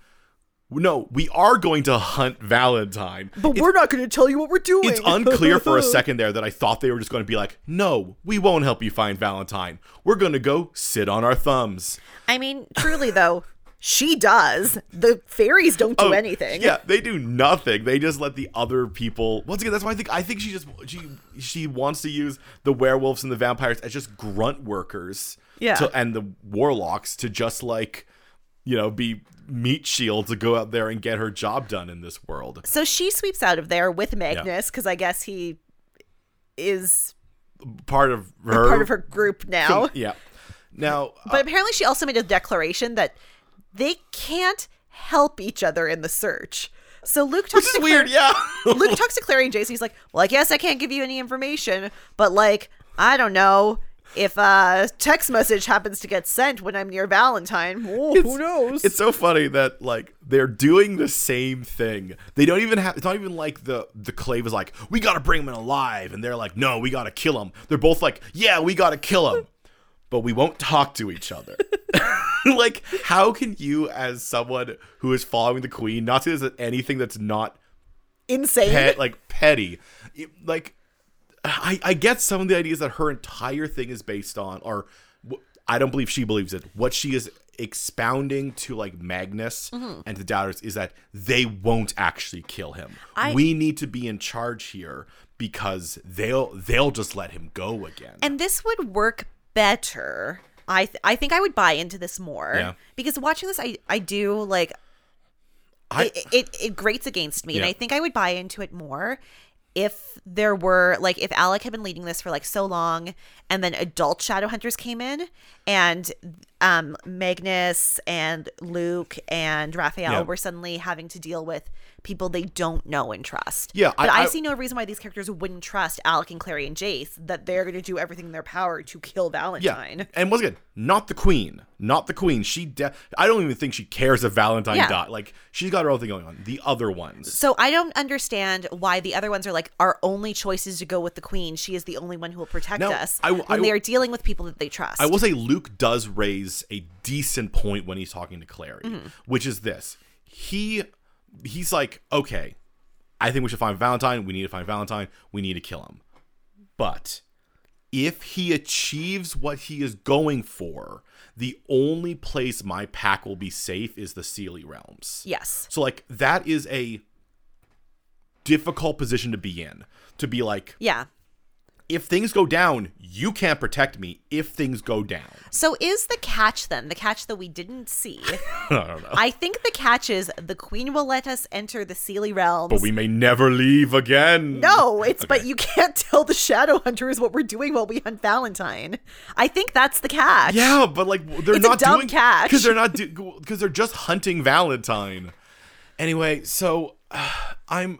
[SPEAKER 1] No, we are going to hunt Valentine.
[SPEAKER 4] But we're not going to tell you what we're doing.
[SPEAKER 1] It's unclear
[SPEAKER 2] <laughs>
[SPEAKER 1] for a second there that I thought they were just going to be like, "No, we won't help you find Valentine. We're going to go sit on our thumbs."
[SPEAKER 2] I mean,
[SPEAKER 4] Truly, though, she does. The fairies don't do
[SPEAKER 1] Oh,
[SPEAKER 4] anything.
[SPEAKER 1] Yeah, they do nothing. They just let the other people. Once again, that's why I think I think she just she she wants to use the werewolves and the vampires as just grunt workers.
[SPEAKER 4] Yeah.
[SPEAKER 1] To, and the warlocks to just like you know be meat shield to go out there and get her job done in this world.
[SPEAKER 2] so she sweeps out of there with Magnus because I guess he is
[SPEAKER 1] Part of her.
[SPEAKER 4] Part of her group now.
[SPEAKER 1] Yeah. Now,
[SPEAKER 2] <laughs>
[SPEAKER 1] uh,
[SPEAKER 2] But apparently, she also made a declaration that they can't help each other in the search. So Luke talks
[SPEAKER 1] this
[SPEAKER 2] to
[SPEAKER 1] is weird. Yeah.
[SPEAKER 2] Luke talks to Clary and Jason. He's like, "Well, I guess I can't give you any information, but like, I don't know if a text message happens to get sent when I'm near Valentine. Whoa, who knows?
[SPEAKER 1] It's so funny that like they're doing the same thing. They don't even have. It's not even like the the clave is like we gotta bring him in alive, and they're like no, we gotta kill him. They're both like yeah, we gotta kill him, but we won't talk to each other. <laughs> like how can you as someone who is following the queen not see this as anything that's not
[SPEAKER 4] Insane.
[SPEAKER 1] pet like petty You- like I, I get some of the ideas that her entire thing is based on or w- I don't believe she believes it. What she is expounding to like Magnus
[SPEAKER 2] Mm-hmm.
[SPEAKER 1] and the doubters is that they won't actually kill him.
[SPEAKER 2] I-
[SPEAKER 1] we need to be in charge here because they'll they'll just let him go again.
[SPEAKER 2] And this would work better. I th- I think I would buy into this more
[SPEAKER 1] Yeah.
[SPEAKER 2] because watching this, I I do like
[SPEAKER 1] I-
[SPEAKER 2] it, it it grates against me, and
[SPEAKER 1] Yeah.
[SPEAKER 2] I think I would buy into it more if there were like if Alec had been leading this for like so long, and then adult Shadowhunters came in, and um Magnus and Luke and Raphael
[SPEAKER 1] Yeah.
[SPEAKER 2] were suddenly having to deal with people they don't know and trust.
[SPEAKER 1] Yeah, I-
[SPEAKER 2] but I,
[SPEAKER 1] I-
[SPEAKER 2] see no reason why these characters wouldn't trust Alec and Clary and Jace that they're going to do everything in their power to kill Valentine.
[SPEAKER 1] And once again, not the queen, not the queen. She, de- I don't even think she cares if Valentine
[SPEAKER 2] Yeah.
[SPEAKER 1] died. Like she's got her own thing going on. The other ones,
[SPEAKER 2] So I don't understand why the other ones are like our only choice is to go with the queen. She is the only one who will protect
[SPEAKER 1] Now,
[SPEAKER 2] us
[SPEAKER 1] I w- I
[SPEAKER 2] when they
[SPEAKER 1] w-
[SPEAKER 2] are dealing with people that they trust.
[SPEAKER 1] I will say Luke does raise a decent point when he's talking to Clary, which is this: he, he's like, okay, I think we should find Valentine. We need to find Valentine. We need to kill him. But if he achieves what he is going for, the only place my pack will be safe is the Sealy realms.
[SPEAKER 2] yes.
[SPEAKER 1] So like that is a difficult position to be in. To be like,
[SPEAKER 2] Yeah.
[SPEAKER 1] if things go down, you can't protect me if things go down.
[SPEAKER 2] So is the catch then the catch that we didn't
[SPEAKER 1] <laughs>
[SPEAKER 2] see?
[SPEAKER 1] I don't know.
[SPEAKER 2] I think the catch is the queen will let us enter the Sealy realms.
[SPEAKER 1] But we may never leave again. <laughs>
[SPEAKER 2] no, it's but you can't tell the shadow hunters what we're doing while we hunt Valentine. I think that's the catch.
[SPEAKER 1] Yeah, but like w- they're
[SPEAKER 2] It's a
[SPEAKER 1] not
[SPEAKER 2] dumb
[SPEAKER 1] doing
[SPEAKER 2] catch.
[SPEAKER 1] because they're not because they're just hunting Valentine. Anyway, so <sighs> I'm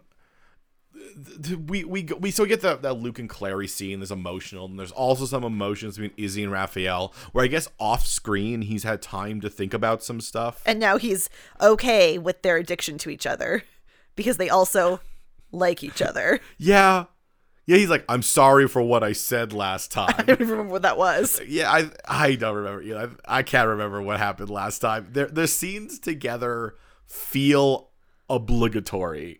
[SPEAKER 1] th- th- we we go- we so we get the that Luke and Clary scene. There's emotional, and there's also some emotions between Izzy and Raphael, where I guess off screen he's had time to think about some stuff.
[SPEAKER 2] Eh.
[SPEAKER 5] And now he's okay with their addiction to each other because they also like each other. <laughs>
[SPEAKER 1] Yeah, yeah, he's like, I'm sorry for what I said last
[SPEAKER 2] <laughs>
[SPEAKER 1] time.
[SPEAKER 5] I don't even remember what that was.
[SPEAKER 1] yeah, I I don't remember. You know, I, I can't remember what happened last time. Their their scenes together feel obligatory.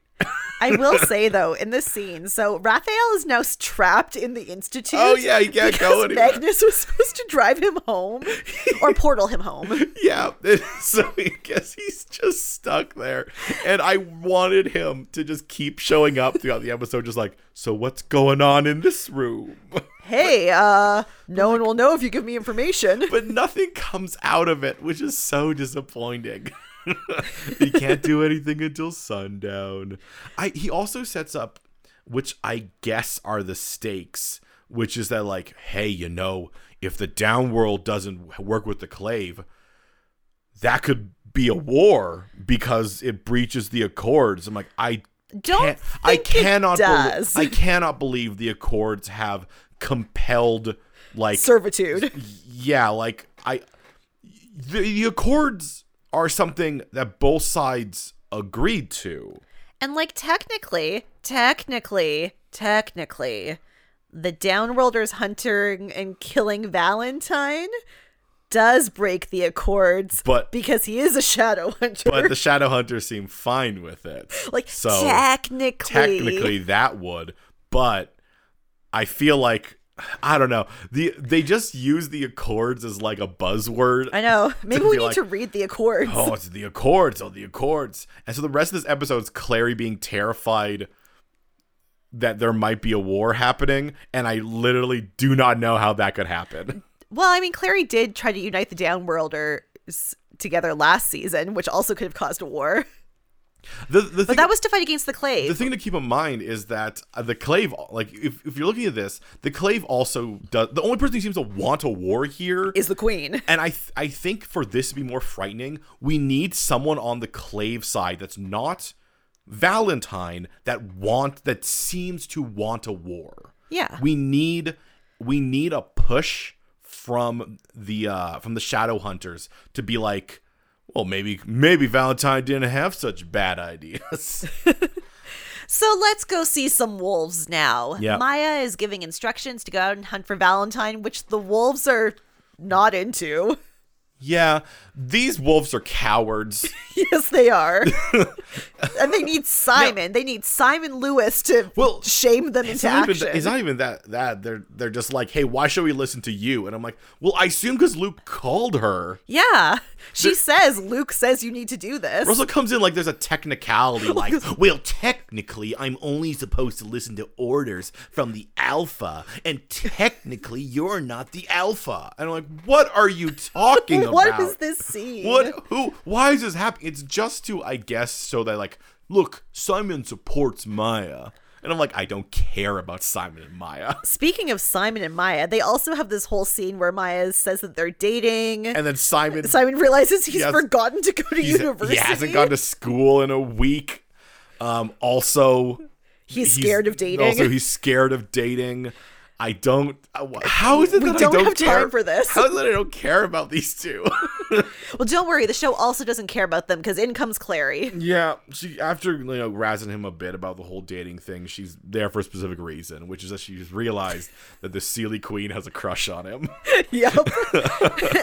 [SPEAKER 5] I
[SPEAKER 1] <laughs>
[SPEAKER 5] will say though, in this scene, so Raphael is now trapped in the institute.
[SPEAKER 1] Oh yeah, you can't go
[SPEAKER 5] because
[SPEAKER 1] anywhere.
[SPEAKER 5] Magnus was supposed to drive him home
[SPEAKER 1] <laughs>
[SPEAKER 5] or portal him home.
[SPEAKER 1] yeah, <laughs> so I guess he's just stuck there. And I wanted him to just keep showing up throughout the episode, just like, so what's going on in this room? <laughs>
[SPEAKER 5] Hey, uh, no one will know if you give me information.
[SPEAKER 1] But nothing comes out of it, which is so disappointing. <laughs> he can't do anything until sundown. I he also sets up, which I guess are the stakes, which is that like, hey, you know, if the downworld doesn't work with the clave, that could be a war because it breaches the accords. I'm like, I
[SPEAKER 2] Don't
[SPEAKER 1] can't- I
[SPEAKER 2] think it
[SPEAKER 1] cannot
[SPEAKER 2] does.
[SPEAKER 1] belie- I cannot believe the accords have compelled like
[SPEAKER 5] Servitude.
[SPEAKER 1] yeah, like I, the, the accords are something that both sides agreed to.
[SPEAKER 2] And like technically, technically, technically, the downworlders hunting and killing Valentine does break the accords
[SPEAKER 1] But-
[SPEAKER 2] because he is a shadow <laughs> hunter.
[SPEAKER 1] But the shadow hunters seem fine with it.
[SPEAKER 2] <laughs> like
[SPEAKER 1] so
[SPEAKER 2] technically
[SPEAKER 1] technically that would, but I feel like I don't know. The they just use the accords as like a buzzword.
[SPEAKER 5] I know. Maybe
[SPEAKER 1] <laughs> To
[SPEAKER 5] we
[SPEAKER 1] be
[SPEAKER 5] need
[SPEAKER 1] like,
[SPEAKER 5] to read the accords.
[SPEAKER 1] Oh, it's the accords. Oh, the accords. And so the rest of this episode is Clary being terrified that there might be a war happening, and I literally do not know how that could happen.
[SPEAKER 2] Well, I mean, Clary did try to unite the downworlders together last season, which also could have caused a war.
[SPEAKER 1] The, the, thing,
[SPEAKER 2] But that was to fight against the Clave.
[SPEAKER 1] the thing to keep in mind is that uh, the Clave, like, if, if you're looking at this, the Clave also does. The only person who seems to want a war here
[SPEAKER 5] Is the
[SPEAKER 1] <laughs>
[SPEAKER 5] queen.
[SPEAKER 1] And I, th- I think for this to be more frightening, we need someone on the Clave side that's not Valentine that want that seems to want a war.
[SPEAKER 2] Yeah.
[SPEAKER 1] we need we need a push from the uh from the Shadow Hunters to be like, well, maybe maybe Valentine didn't have such bad ideas. <laughs>
[SPEAKER 2] So let's go see some wolves now.
[SPEAKER 1] Yeah.
[SPEAKER 2] Maya is giving instructions to go out and hunt for Valentine, which the wolves are not into. <laughs>
[SPEAKER 1] Yeah, these wolves are
[SPEAKER 2] <laughs>
[SPEAKER 1] cowards.
[SPEAKER 2] yes,
[SPEAKER 1] <laughs>
[SPEAKER 2] they are. and they need Simon. They need Simon Lewis to
[SPEAKER 1] Well,
[SPEAKER 2] shame them
[SPEAKER 1] It's
[SPEAKER 2] into
[SPEAKER 1] not,
[SPEAKER 2] action.
[SPEAKER 1] even, it's not even that that they're they're just like, hey, why should we listen to you? And I'm like, well, I assume because Luke called her.
[SPEAKER 2] yeah. She says, Luke says you need to do this.
[SPEAKER 1] Russell comes in like there's a
[SPEAKER 2] <laughs>
[SPEAKER 1] technicality, like, well, technically, I'm only supposed to listen to orders from the alpha, and technically, you're not the alpha. And I'm like, what are
[SPEAKER 2] <laughs>
[SPEAKER 1] you talking about?
[SPEAKER 2] What is this scene?
[SPEAKER 1] What? Who? Why is this happening? It's just to, I guess, so that like, look, Simon supports Maya, and I'm like, I don't care about Simon and Maya.
[SPEAKER 2] <laughs> Speaking of Simon and Maya, they also have this whole scene where Maya says that they're dating.
[SPEAKER 1] And then Simon,
[SPEAKER 2] Simon realizes he's
[SPEAKER 1] Yes.
[SPEAKER 2] forgotten to go to
[SPEAKER 1] he's-
[SPEAKER 2] university.
[SPEAKER 1] he hasn't gone to school in a week. Um, also,
[SPEAKER 2] He's scared of dating.
[SPEAKER 1] Also, he's scared of dating. I don't. I- wh- How is it
[SPEAKER 2] We
[SPEAKER 1] that
[SPEAKER 2] don't
[SPEAKER 1] I don't
[SPEAKER 2] have time
[SPEAKER 1] care
[SPEAKER 2] for this.
[SPEAKER 1] How is it I don't care about these <laughs> two?
[SPEAKER 2] well, don't worry. The show also doesn't care about them because in comes Clary.
[SPEAKER 1] <laughs> yeah, she after you know razzing him a bit about the whole dating thing, she's there for a specific reason, which is that she's realized that the Sealy Queen has a crush on him. <laughs>
[SPEAKER 2] Yep. <laughs>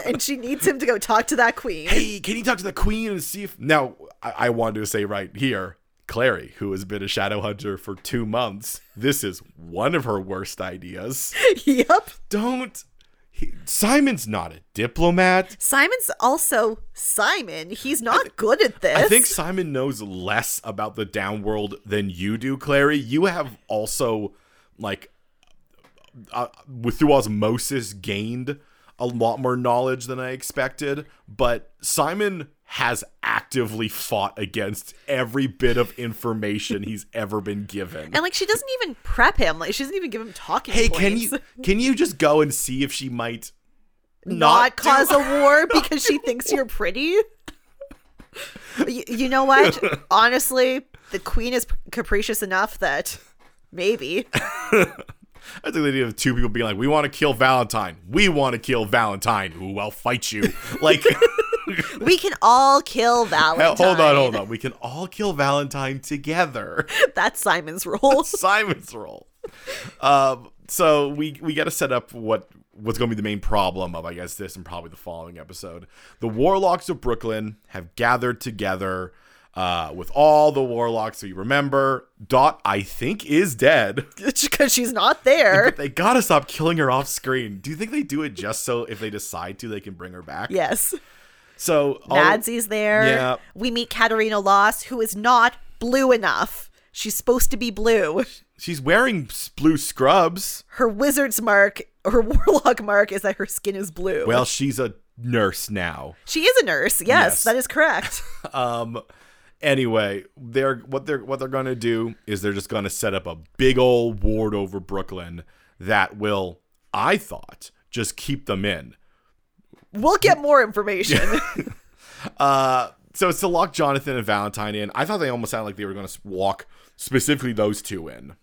[SPEAKER 2] and she needs him to go talk to that queen.
[SPEAKER 1] <laughs> hey, can you talk to the Queen and see if now? I, I wanted to say right here. Clary, who has been a shadow hunter for two months, this is one of her worst ideas. <laughs>
[SPEAKER 2] yep.
[SPEAKER 1] Don't. He, Simon's not a diplomat.
[SPEAKER 2] Simon's also Simon. He's not good at this.
[SPEAKER 1] I think Simon knows less about the downworld than you do, Clary. You have also, like, uh, with through osmosis, gained a lot more knowledge than I expected. But Simon has actively fought against every bit of information he's ever been given.
[SPEAKER 2] and like she doesn't even prep him. Like she doesn't even give him talking
[SPEAKER 1] hey,
[SPEAKER 2] points. <laughs>
[SPEAKER 1] can you can you just go and see if she might
[SPEAKER 2] not
[SPEAKER 1] do-
[SPEAKER 2] cause a war because she thinks you're pretty? you, you know
[SPEAKER 1] <laughs>
[SPEAKER 2] what? Honestly, the queen is capricious enough that maybe.
[SPEAKER 1] <laughs> I think the idea of two people being like, "We want to kill Valentine. We want to kill Valentine. Ooh, I'll fight you."
[SPEAKER 2] <laughs>
[SPEAKER 1] Like,
[SPEAKER 2] We can all kill Valentine. <laughs>
[SPEAKER 1] hold on, hold on. We can all kill Valentine together. <laughs>
[SPEAKER 2] That's Simon's role.
[SPEAKER 1] Simon's role. Um, so we we got to set up what what's going to be the main problem of I guess this and probably the following episode. The warlocks of Brooklyn have gathered together. Uh, with all the warlocks that you remember, Dot I think is dead. <laughs>
[SPEAKER 2] <laughs> Because she's not there.
[SPEAKER 1] But they gotta stop killing her off screen. Do you think they do it just so if they decide to, they can bring her back?
[SPEAKER 2] <laughs> Yes.
[SPEAKER 1] So all-
[SPEAKER 2] Madsy's there.
[SPEAKER 1] Yeah.
[SPEAKER 2] We meet Katerina Loss, who is not blue enough. She's supposed to be blue.
[SPEAKER 1] she's wearing s- blue scrubs.
[SPEAKER 2] Her wizard's mark, her <laughs> warlock mark, is that her skin is blue.
[SPEAKER 1] Well, she's a nurse now.
[SPEAKER 2] she is a nurse. Yes,
[SPEAKER 1] Yes.
[SPEAKER 2] that is correct. <laughs>
[SPEAKER 1] Um. Anyway, they're what they're what they're gonna do is they're just gonna set up a big old ward over Brooklyn that will, I thought, just keep them in.
[SPEAKER 2] We'll get more information.
[SPEAKER 1] Uh, so it's to lock Jonathan and Valentine in. I thought they almost sounded like they were going to walk specifically those two in.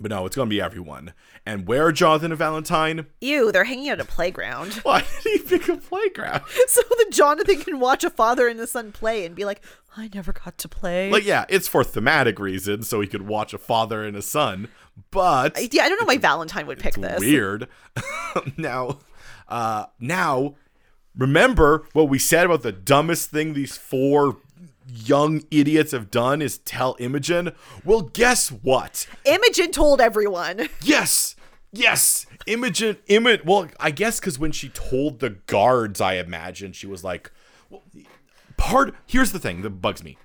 [SPEAKER 1] But no, it's going to be everyone. And where are Jonathan and Valentine?
[SPEAKER 2] <laughs>
[SPEAKER 1] <laughs>
[SPEAKER 2] Ew, they're hanging out at a playground. <laughs>
[SPEAKER 1] Why did he pick a playground?
[SPEAKER 2] So that Jonathan can watch a father and a son play and be like, I never got to play.
[SPEAKER 1] Like, yeah, it's for thematic reasons, so he could watch a father and a son. But
[SPEAKER 2] yeah, I don't know why Valentine would pick this.
[SPEAKER 1] weird. <laughs> now, uh, now, remember what we said about the dumbest thing these four young idiots have done is tell Imogen. Well, guess what?
[SPEAKER 2] Imogen told everyone. <laughs>
[SPEAKER 1] Yes, yes. Imogen, Imogen. Well, I guess because when she told the guards, I imagine she was like, well, "Part." Here's the thing that bugs me.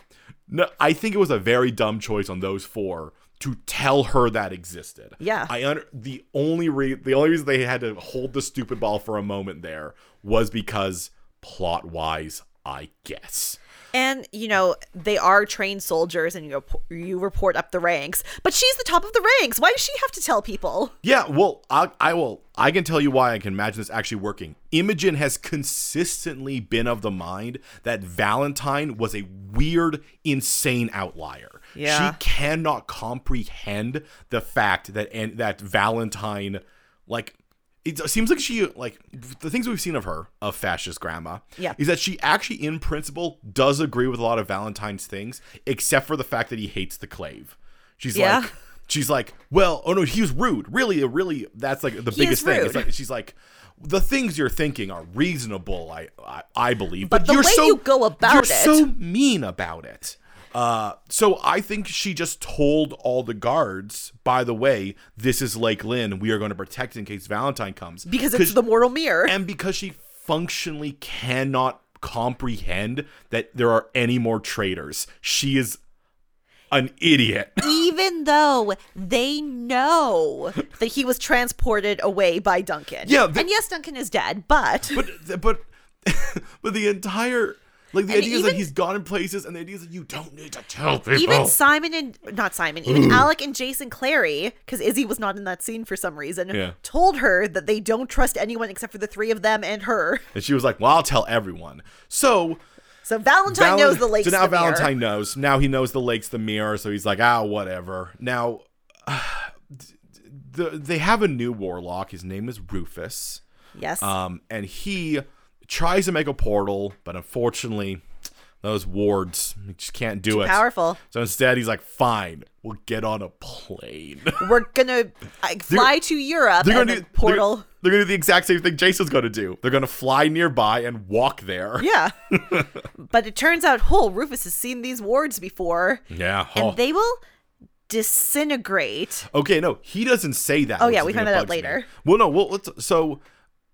[SPEAKER 1] No, I think it was a very dumb choice on those four to tell her that existed.
[SPEAKER 2] Yeah.
[SPEAKER 1] I under the only re- the only reason they had to hold the stupid ball for a moment there was because plot wise, I guess.
[SPEAKER 2] And, you know, they are trained soldiers and you, rep- you report up the ranks. But she's the top of the ranks. Why does she have to tell people?
[SPEAKER 1] Yeah, well, I, I will. I can tell you why I can imagine this actually working. Imogen has consistently been of the mind that Valentine was a weird, insane outlier.
[SPEAKER 2] Yeah.
[SPEAKER 1] She cannot comprehend the fact that and that Valentine, like, it seems like she like the things we've seen of her of fascist grandma.
[SPEAKER 2] Yeah.
[SPEAKER 1] is that she actually in principle does agree with a lot of Valentine's things, except for the fact that he hates the clave. She's
[SPEAKER 2] Yeah.
[SPEAKER 1] like, she's like, well, oh no, he was rude. Really, really, that's like the biggest thing. It's
[SPEAKER 2] rude.
[SPEAKER 1] like, she's like, the things you're thinking are reasonable. I I, I believe,
[SPEAKER 2] But the
[SPEAKER 1] you're
[SPEAKER 2] way
[SPEAKER 1] so
[SPEAKER 2] you go about
[SPEAKER 1] you're
[SPEAKER 2] it-
[SPEAKER 1] so mean about it. Uh, so I think she just told all the guards, by the way, this is Lake Lynn. We are going to protect in case Valentine comes
[SPEAKER 2] because it's the mortal mirror.
[SPEAKER 1] and because she functionally cannot comprehend that there are any more traitors, she is an idiot.
[SPEAKER 6] <laughs> even though they know
[SPEAKER 2] that he was transported away by Duncan.
[SPEAKER 1] Yeah, the-
[SPEAKER 6] and yes duncan is dead
[SPEAKER 2] <laughs>
[SPEAKER 6] but
[SPEAKER 1] but but <laughs> but the entire like the
[SPEAKER 6] And
[SPEAKER 1] idea is that
[SPEAKER 6] even-
[SPEAKER 1] he's gone in places, and the idea is that you don't need to tell people.
[SPEAKER 6] even
[SPEAKER 2] Oh.
[SPEAKER 6] simon and not simon even alec and jason clary because izzy was not in that scene for some reason
[SPEAKER 1] Yeah.
[SPEAKER 2] Told her that they don't trust anyone except for the three of them and her.
[SPEAKER 1] and she was like, "Well, I'll tell everyone." So
[SPEAKER 2] So Valentine
[SPEAKER 1] Valen-
[SPEAKER 2] knows the lake's
[SPEAKER 1] So now
[SPEAKER 2] the mirror.
[SPEAKER 1] Valentine knows. Now he knows the lake's the mirror. So he's like, ah, whatever. Now, <sighs> the, they have a new warlock. His name is Rufus.
[SPEAKER 2] Yes.
[SPEAKER 1] Um, and he tries to make a portal, but unfortunately, those wards he just can't do it.
[SPEAKER 2] Powerful.
[SPEAKER 1] So instead, he's like, "Fine, we'll get on a plane."
[SPEAKER 2] We're gonna like, fly to Europe
[SPEAKER 1] They're
[SPEAKER 2] and
[SPEAKER 1] gonna do
[SPEAKER 2] then portal.
[SPEAKER 1] <laughs> They're, they're gonna do the exact same thing Jason's gonna do. They're gonna fly nearby and walk there. <laughs>
[SPEAKER 2] Yeah. but it turns out, whole Rufus has seen these wards before,
[SPEAKER 1] Yeah.
[SPEAKER 2] and
[SPEAKER 1] oh.
[SPEAKER 2] they will disintegrate.
[SPEAKER 1] Okay, no, he doesn't say that. Oh
[SPEAKER 2] yeah, we find that out later.
[SPEAKER 1] Well, no, well, let's, so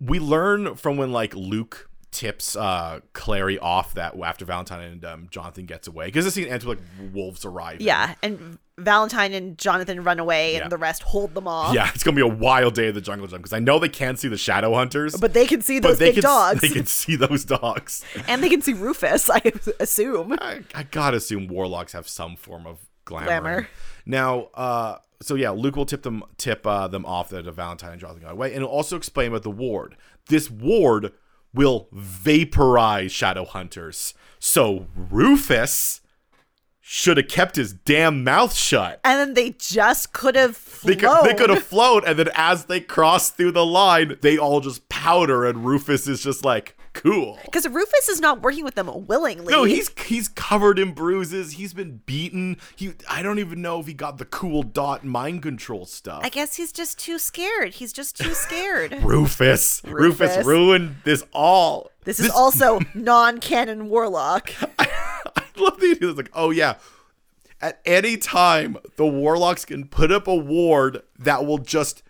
[SPEAKER 1] we learn from when like Luke tips uh Clary off that after Valentine and um, Jonathan gets away because the scene ends with like wolves arriving.
[SPEAKER 2] Yeah, and Valentine and Jonathan run away, and
[SPEAKER 1] Yeah.
[SPEAKER 2] the rest hold them off.
[SPEAKER 1] yeah, it's gonna be a wild day at the jungle gym because I know they can't see the shadow hunters,
[SPEAKER 2] But they can see
[SPEAKER 1] but
[SPEAKER 2] those
[SPEAKER 1] they
[SPEAKER 2] big
[SPEAKER 1] can
[SPEAKER 2] dogs,
[SPEAKER 1] they can see those dogs.
[SPEAKER 2] and they can see Rufus. <laughs> I assume.
[SPEAKER 1] I, I gotta assume warlocks have some form of glamour.
[SPEAKER 2] Glamour.
[SPEAKER 1] Now, uh, so yeah, Luke will tip them tip uh, them off that a Valentine and Jonathan got away, and he'll also explain about the ward. This ward will vaporize shadow hunters. So Rufus should have kept his damn mouth shut.
[SPEAKER 2] And then they just could have
[SPEAKER 1] They
[SPEAKER 2] flown.
[SPEAKER 1] could, they could have flown, and then as they cross through the line, they all just powder, and Rufus is just like, cool.
[SPEAKER 2] because Rufus is not working with them willingly.
[SPEAKER 1] No, he's he's covered in bruises. He's been beaten. He I don't even know if he got the cool dot mind control stuff.
[SPEAKER 6] i guess he's just too scared he's just too
[SPEAKER 1] <laughs>
[SPEAKER 6] scared
[SPEAKER 1] Rufus. Rufus.
[SPEAKER 2] Rufus.
[SPEAKER 1] ruined this all.
[SPEAKER 2] This is also non-canon warlock.
[SPEAKER 1] <laughs> I love the idea. It's like, oh yeah. At any time, the warlocks can put up a ward that will just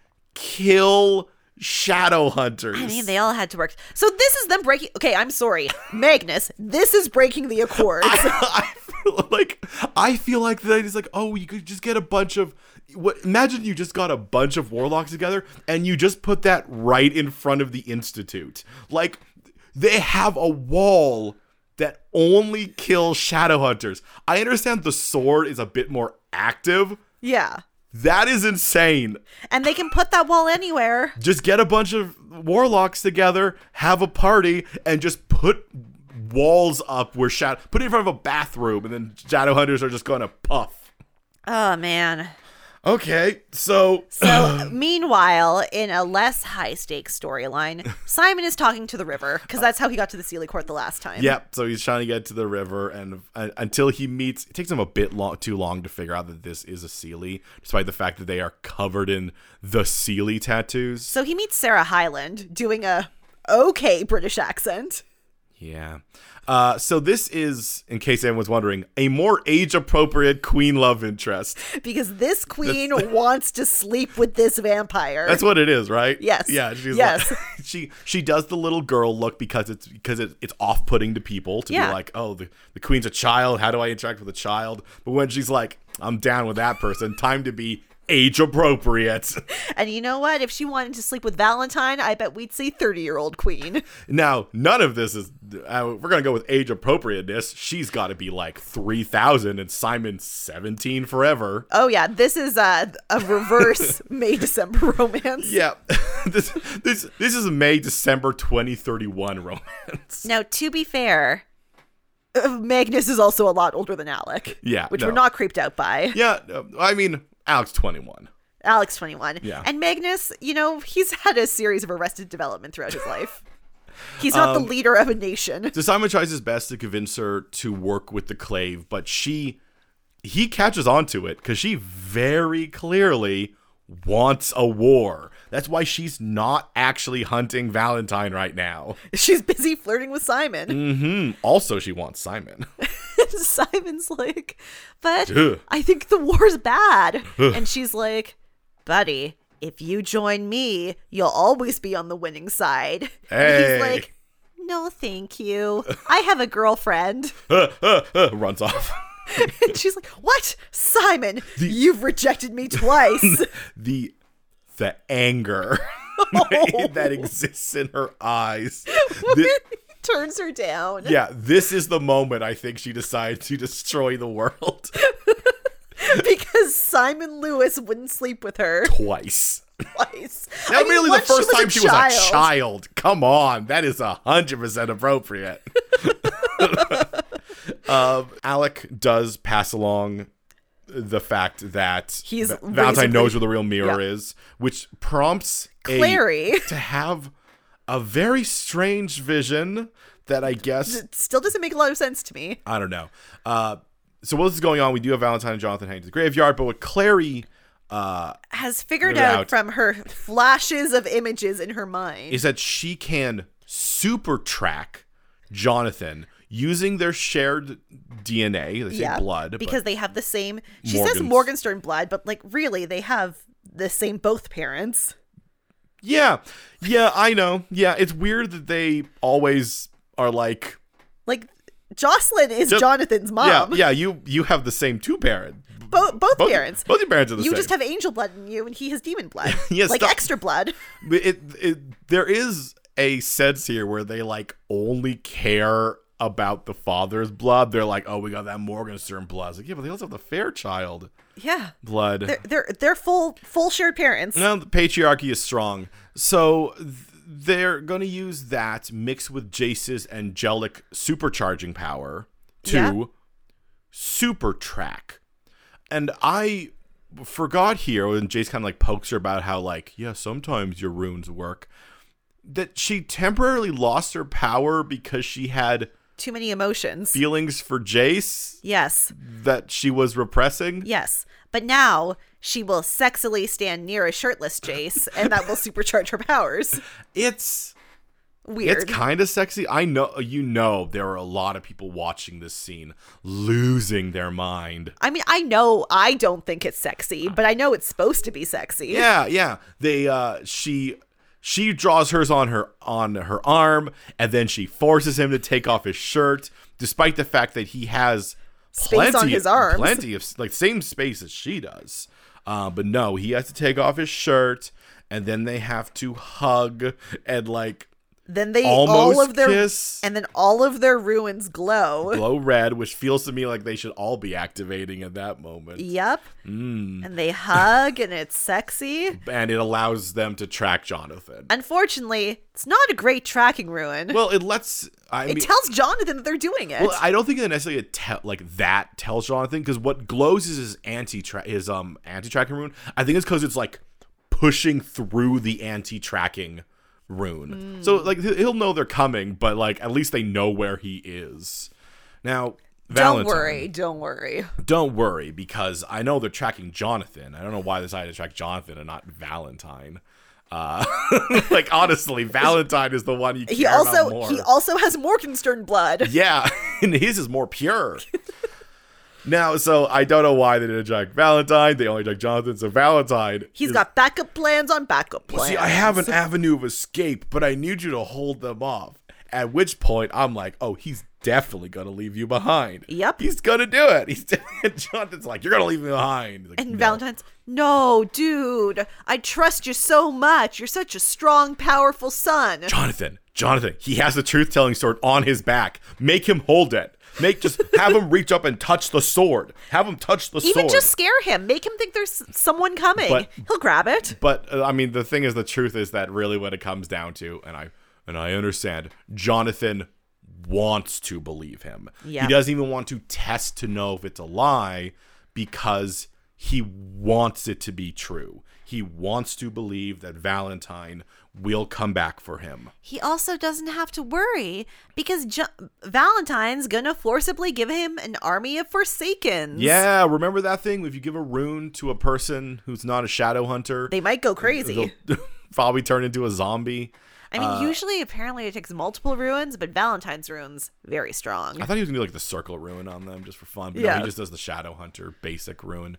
[SPEAKER 1] kill shadow hunters.
[SPEAKER 6] i mean they all had to work
[SPEAKER 2] So this is them breaking. Okay, I'm sorry, Magnus. This is breaking the accords.
[SPEAKER 1] <laughs> I feel like I feel like that is like oh you could just get a bunch of what imagine you just got a bunch of warlocks together and you just put that right in front of the institute like they have a wall that only kills shadow hunters I understand the sword is a bit more active
[SPEAKER 2] yeah,
[SPEAKER 1] that is insane
[SPEAKER 2] and they can put that wall anywhere.
[SPEAKER 1] just get a bunch of warlocks together, have a party, and just put walls up where shadow put it in front of a bathroom, and then shadow hunters are just going to puff.
[SPEAKER 6] oh man
[SPEAKER 1] Okay, so <sighs>
[SPEAKER 6] So, meanwhile, in a less high stakes
[SPEAKER 1] <laughs>
[SPEAKER 6] storyline, Simon is talking to the river because that's how he got to the Sealy Court the last time.
[SPEAKER 1] yep, so he's trying to get to the river, and uh, until he meets, it takes him a bit long, too long to figure out that this is a Sealy, despite the fact that they are covered in the Sealy tattoos.
[SPEAKER 6] So he meets Sarah Hyland doing a.
[SPEAKER 2] Okay, British accent.
[SPEAKER 1] Yeah. Uh, so this is, in case anyone's wondering, a more age-appropriate queen love interest.
[SPEAKER 2] because this queen
[SPEAKER 1] <laughs>
[SPEAKER 2] wants to sleep with this vampire.
[SPEAKER 1] That's what it is, right?
[SPEAKER 2] Yes.
[SPEAKER 1] Yeah. She's
[SPEAKER 2] Yes.
[SPEAKER 1] Like, <laughs> she she does the little girl look because it's because it, it's off putting to people to
[SPEAKER 6] Yeah.
[SPEAKER 1] be like, oh, the, the queen's a child. How do I interact with a child? But when she's like, I'm down with that person. Time to be age appropriate. <laughs>
[SPEAKER 6] And you know what? If she wanted to sleep with Valentine, I bet we'd see 30 year old Queen.
[SPEAKER 1] now, none of this is. Uh, we're gonna go with age appropriateness. She's got to be like three thousand, and Simon's seventeen forever.
[SPEAKER 2] oh yeah, this is a,
[SPEAKER 1] <laughs>
[SPEAKER 2] a reverse May December romance.
[SPEAKER 1] Yeah. <laughs> this this this is May December twenty thirty one romance. <laughs>
[SPEAKER 6] Now, to be fair,
[SPEAKER 2] Uh, Magnus is also a lot older than Alec.
[SPEAKER 1] Yeah,
[SPEAKER 2] which
[SPEAKER 1] no.
[SPEAKER 2] we're not creeped out by.
[SPEAKER 1] Yeah. uh, I mean, Alex twenty one.
[SPEAKER 2] Alec's twenty one.
[SPEAKER 1] Yeah.
[SPEAKER 2] and Magnus, you know, he's had a series of arrested development throughout his life. He's not
[SPEAKER 1] Um,
[SPEAKER 2] the leader of a nation. <laughs>
[SPEAKER 1] So Simon tries his best to convince her to work with the clave, but she he catches on to it because she very clearly wants a war. That's why she's not actually hunting Valentine right now. Hmm,
[SPEAKER 2] She's busy flirting with Simon.
[SPEAKER 1] Also, she wants Simon. <laughs>
[SPEAKER 2] <laughs>
[SPEAKER 6] And Simon's like, but
[SPEAKER 1] Ugh.
[SPEAKER 6] I think the war's bad. and she's like, buddy,
[SPEAKER 2] If you join me, you'll always be on the winning side.
[SPEAKER 1] Hey.
[SPEAKER 6] he's like, no, thank you. I have a girlfriend.
[SPEAKER 1] runs off.
[SPEAKER 2] <laughs> And she's like, What? Simon, you've rejected
[SPEAKER 1] <laughs>
[SPEAKER 2] me twice. <laughs>
[SPEAKER 1] the the anger <laughs> that exists in her eyes. Thi-
[SPEAKER 2] Turns her down.
[SPEAKER 1] yeah, this is the moment I think she decides to destroy the world <laughs>
[SPEAKER 2] <laughs> Because Simon Lewis wouldn't sleep with her <laughs>
[SPEAKER 1] twice.
[SPEAKER 2] twice.
[SPEAKER 1] Now,
[SPEAKER 2] I mean,
[SPEAKER 1] merely the
[SPEAKER 2] once
[SPEAKER 1] first time she was a
[SPEAKER 2] child.
[SPEAKER 1] child. Come on, that is hundred percent
[SPEAKER 2] <laughs>
[SPEAKER 1] appropriate. um, Alec does pass along the fact that
[SPEAKER 2] He's
[SPEAKER 1] Va- Valentine
[SPEAKER 2] razor
[SPEAKER 1] knows where the real mirror is, which prompts a-
[SPEAKER 2] Clary.
[SPEAKER 1] <laughs> to have a very strange vision that I guess
[SPEAKER 2] Still doesn't make a lot of sense to me.
[SPEAKER 1] I don't know. Uh, so while this is going on, we do have Valentine and Jonathan heading to the graveyard, but what Clary uh,
[SPEAKER 2] Has figured
[SPEAKER 1] No
[SPEAKER 2] out
[SPEAKER 1] doubt.
[SPEAKER 2] from her flashes of images in her mind.
[SPEAKER 1] is that she can super track Jonathan using their shared DNA. They say
[SPEAKER 2] Yeah,
[SPEAKER 1] blood but-
[SPEAKER 2] because they have the same. She says
[SPEAKER 1] Morgans.
[SPEAKER 2] Morgenstern blood, but like really, they have the same both parents.
[SPEAKER 1] yeah, yeah, I know. Yeah, it's weird that they always are like,
[SPEAKER 2] Like Jocelyn is
[SPEAKER 1] Ju-
[SPEAKER 2] Jonathan's mom.
[SPEAKER 1] yeah, yeah. You you have the same two parent.
[SPEAKER 2] Bo- both,
[SPEAKER 1] Both
[SPEAKER 2] parents.
[SPEAKER 1] Both your parents are the
[SPEAKER 2] you
[SPEAKER 1] same.
[SPEAKER 2] just have angel blood in you, and he has demon blood.
[SPEAKER 1] <laughs> Yeah,
[SPEAKER 2] like
[SPEAKER 1] stop.
[SPEAKER 2] extra blood.
[SPEAKER 1] it, it there is a sense here where they like only care about the father's blood. They're like, oh, we got that Morgenstern blood. It's like, yeah, but they also have the Fairchild
[SPEAKER 2] Yeah,
[SPEAKER 1] blood.
[SPEAKER 2] they're they're, they're full full shared parents.
[SPEAKER 1] No, the patriarchy is strong. So th- they're going to use that mixed with Jace's angelic supercharging power to
[SPEAKER 2] Yeah.
[SPEAKER 1] super track. And I forgot here when Jace kind of like pokes her about how, like, yeah, sometimes your runes work, that she temporarily lost her power because she had
[SPEAKER 2] Too many emotions.
[SPEAKER 1] feelings for Jace
[SPEAKER 2] yes,
[SPEAKER 1] that she was repressing.
[SPEAKER 2] yes. But now she will sexily stand near a shirtless Jace, and that will supercharge her powers.
[SPEAKER 1] <laughs> It's.
[SPEAKER 2] Weird.
[SPEAKER 1] It's kind of sexy. I know you know there are a lot of people watching this scene losing their mind.
[SPEAKER 2] I mean, I know I don't think it's sexy, but I know it's supposed to be sexy.
[SPEAKER 1] Yeah, yeah. They uh she she draws hers on her on her arm and then she forces him to take off his shirt despite the fact that he has
[SPEAKER 2] Space on his arms.
[SPEAKER 1] plenty of like same space as she does. Uh, but no, he has to take off his shirt and then they have to hug and like
[SPEAKER 2] Then they all
[SPEAKER 1] Almost
[SPEAKER 2] of their
[SPEAKER 1] kiss.
[SPEAKER 2] and then all of their ruins glow.
[SPEAKER 1] glow red, which feels to me like they should all be activating at that moment.
[SPEAKER 2] Yep.
[SPEAKER 1] Mm.
[SPEAKER 2] And they hug and it's sexy.
[SPEAKER 1] and it allows them to track Jonathan.
[SPEAKER 2] Unfortunately, it's not a great tracking ruin.
[SPEAKER 1] Well, it lets. I
[SPEAKER 2] it
[SPEAKER 1] mean,
[SPEAKER 2] tells Jonathan that they're doing it.
[SPEAKER 1] well, uh, I don't think that necessarily it te- like that tells Jonathan because what glows is his anti tra- his um anti tracking rune. I think it's because it's like pushing through the anti tracking rune. So
[SPEAKER 2] Hmm.
[SPEAKER 1] like he- he'll know they're coming, but like at least they know where he is. Now, Valentine,
[SPEAKER 2] don't worry, don't worry.
[SPEAKER 1] don't worry because I know they're tracking Jonathan. I don't know why they decided to track Jonathan and not Valentine. Uh, <laughs> like honestly, Valentine is the one you care
[SPEAKER 2] He
[SPEAKER 1] about
[SPEAKER 2] also
[SPEAKER 1] more.
[SPEAKER 2] he also has Morgenstern
[SPEAKER 1] <laughs>
[SPEAKER 2] blood.
[SPEAKER 1] yeah, and his is more pure. now, so I don't know why they didn't track Valentine. They only tracked Jonathan. So Valentine,
[SPEAKER 2] He's
[SPEAKER 1] is-
[SPEAKER 2] got backup plans on backup plans.
[SPEAKER 1] See, I have an avenue of escape, but I need you to hold them off. At which point, I'm like, oh, he's definitely gonna leave you behind.
[SPEAKER 2] Yep.
[SPEAKER 1] he's gonna do it. He's <laughs> and Jonathan's like, you're gonna leave me behind. He's like,
[SPEAKER 2] and
[SPEAKER 1] "No."
[SPEAKER 2] Valentine's, no, dude, I trust you so much. You're such a strong, powerful son.
[SPEAKER 1] Jonathan, Jonathan, he has the truth telling sword on his back. Make him hold it. Make just have him reach up and touch the sword. Have him touch the
[SPEAKER 2] Even
[SPEAKER 1] sword.
[SPEAKER 2] just scare him, make him think there's someone coming.
[SPEAKER 1] But-
[SPEAKER 2] He'll grab it.
[SPEAKER 1] but uh, I mean, the thing is, the truth is that really what it comes down to, and I and I understand, Jonathan wants to believe him.
[SPEAKER 2] Yeah.
[SPEAKER 1] He doesn't even want to test to know if it's a lie because he wants it to be true. He wants to believe that Valentine will come back for him.
[SPEAKER 2] He also doesn't have to worry because jo- Valentine's gonna forcibly give him an army of Forsakens.
[SPEAKER 1] Yeah, remember that thing? If you give a rune to a person who's not a shadow hunter,
[SPEAKER 7] They might go crazy.
[SPEAKER 1] they'll <laughs> uh, probably turn into a zombie.
[SPEAKER 2] I mean, usually apparently it takes multiple ruins, but Valentine's ruins very strong.
[SPEAKER 1] I thought he was gonna do like the circle ruin on them just for fun, but no,
[SPEAKER 7] Yeah.
[SPEAKER 1] he just does the shadow hunter basic ruin.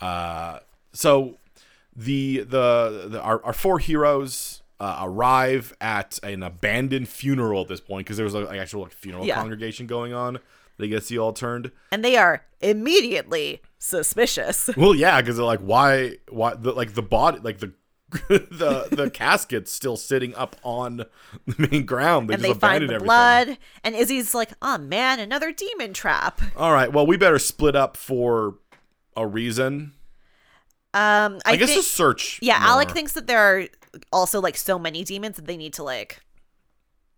[SPEAKER 1] Uh, so the the, the our, our four heroes uh, arrive at an abandoned funeral at this point because there was like, an actual like, funeral
[SPEAKER 7] Yeah.
[SPEAKER 1] congregation going on. They get see all turned.
[SPEAKER 7] and they are immediately suspicious.
[SPEAKER 1] Well, yeah, because they're like, why, why, the, like the body, like the <laughs> the the casket's still sitting up on the main ground. They
[SPEAKER 2] and they
[SPEAKER 1] just
[SPEAKER 2] find
[SPEAKER 1] abandoned
[SPEAKER 2] the
[SPEAKER 1] everything.
[SPEAKER 2] blood, and Izzy's like, "Oh man, another demon trap."
[SPEAKER 1] All right, well, we better split up for a reason.
[SPEAKER 2] Um, I,
[SPEAKER 1] I, guess
[SPEAKER 2] thi-
[SPEAKER 1] a search.
[SPEAKER 2] yeah, Alec
[SPEAKER 1] more.
[SPEAKER 2] thinks that there are also like so many demons that they need to like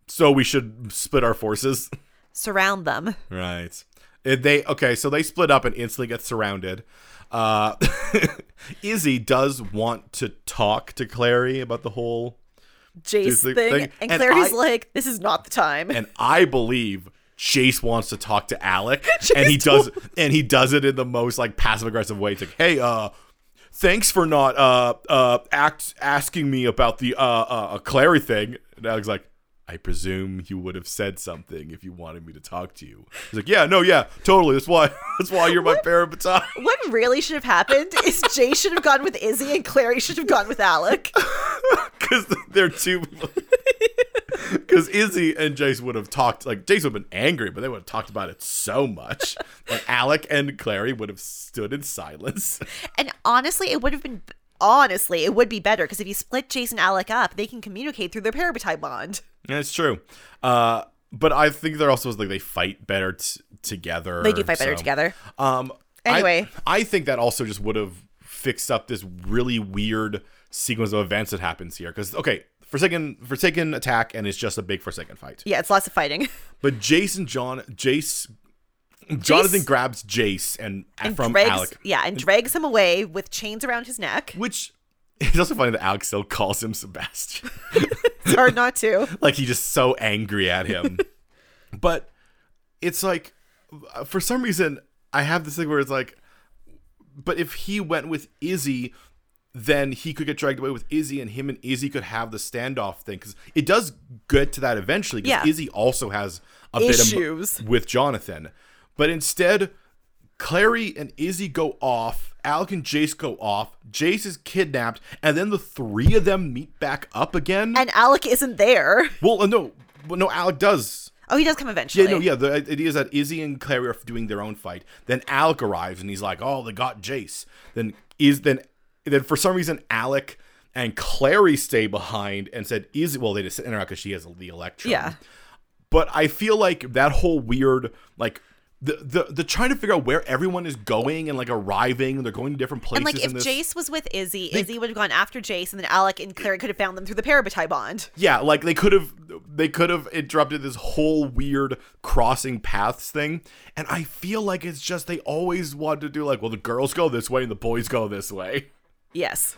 [SPEAKER 1] So we should split our forces. <laughs>
[SPEAKER 2] surround them.
[SPEAKER 1] right. Uh, They okay, so they split up and instantly get surrounded. Uh, <laughs> Izzy does want to talk to Clary about the whole
[SPEAKER 7] Jace
[SPEAKER 1] the
[SPEAKER 7] thing,
[SPEAKER 1] thing-
[SPEAKER 7] and,
[SPEAKER 1] and
[SPEAKER 7] Clary's
[SPEAKER 1] I-
[SPEAKER 7] like, "This is not the time."
[SPEAKER 1] and I believe Jace wants to talk
[SPEAKER 7] <laughs>
[SPEAKER 1] to Alec, and he does, and he does it in the most like passive aggressive way. It's like, hey, uh, thanks for not uh uh act asking me about the uh uh Clary thing. And Alec's like. I presume you would have said something if you wanted me to talk to you. He's like, yeah, no, yeah, totally. That's why. <laughs> That's why you're my parent baton.
[SPEAKER 7] what really should have happened
[SPEAKER 1] <laughs>
[SPEAKER 7] is Jay should have gone with Izzy, and Clary should have gone with Alec.
[SPEAKER 1] because they're two
[SPEAKER 2] <laughs>
[SPEAKER 1] because izzy and jace would have talked like jace would have been angry but they would have talked about it so
[SPEAKER 2] <laughs>
[SPEAKER 1] much and alec and clary would have stood in
[SPEAKER 2] <laughs>
[SPEAKER 1] silence
[SPEAKER 2] And honestly, it would have been honestly it would be better because if you split Jace and Alec up, they can communicate through their parabitite bond.
[SPEAKER 1] that's true uh but i think they're also like they fight better t- together
[SPEAKER 2] They do fight better
[SPEAKER 1] so-
[SPEAKER 2] together.
[SPEAKER 1] um I-
[SPEAKER 2] Anyway.
[SPEAKER 1] I, think that also just would have fixed up this really weird sequence of events that happens here because okay forsaken forsaken attack and it's just a big forsaken fight
[SPEAKER 2] Yeah, it's lots of fighting.
[SPEAKER 1] But Jason John Jace Jonathan
[SPEAKER 2] Jace-
[SPEAKER 1] grabs Jace and, from
[SPEAKER 2] drags,
[SPEAKER 1] Alec,
[SPEAKER 2] Yeah, and drags him away with chains around
[SPEAKER 1] <laughs>
[SPEAKER 2] his neck.
[SPEAKER 1] which it's also funny that Alec still calls him Sebastian,
[SPEAKER 2] It's hard not to.
[SPEAKER 1] like he's just so angry at
[SPEAKER 2] <laughs>
[SPEAKER 1] him. but it's like uh, for some reason I have this thing where it's like, but if he went with Izzy. Then he could get dragged away with Izzy, and him and Izzy could have the standoff thing because it does get to that eventually. Because
[SPEAKER 2] Yeah.
[SPEAKER 1] Izzy also has a bit of
[SPEAKER 7] Issues.
[SPEAKER 1] with Jonathan. But instead, Clary and Izzy go off, Alec and Jace go off, Jace is kidnapped, and then the three of them meet back up again.
[SPEAKER 2] And Alec isn't there.
[SPEAKER 1] well, uh, no, well, no, Alec does.
[SPEAKER 2] Oh, he does come eventually.
[SPEAKER 1] Yeah, no, yeah. The idea is that Izzy and Clary are doing their own fight. Then Alec arrives and he's like, "Oh, they got Jace." Then is then then for some reason Alec and Clary stay behind and said Izzy. Well, they just interact because she has the electron.
[SPEAKER 2] Yeah.
[SPEAKER 1] But I feel like that whole weird like the the the trying to figure out where everyone is going and like arriving and they're going to different places.
[SPEAKER 2] And like if
[SPEAKER 1] in this-
[SPEAKER 2] Jace was with Izzy, Izzy would have gone after Jace, and then Alec and Clary could have found them through the parabitite bond.
[SPEAKER 1] Yeah, like they could have they could have interrupted this whole weird crossing paths thing. And I feel like it's just they always want to do like, well, the girls go this way and the boys go this way.
[SPEAKER 2] Yes.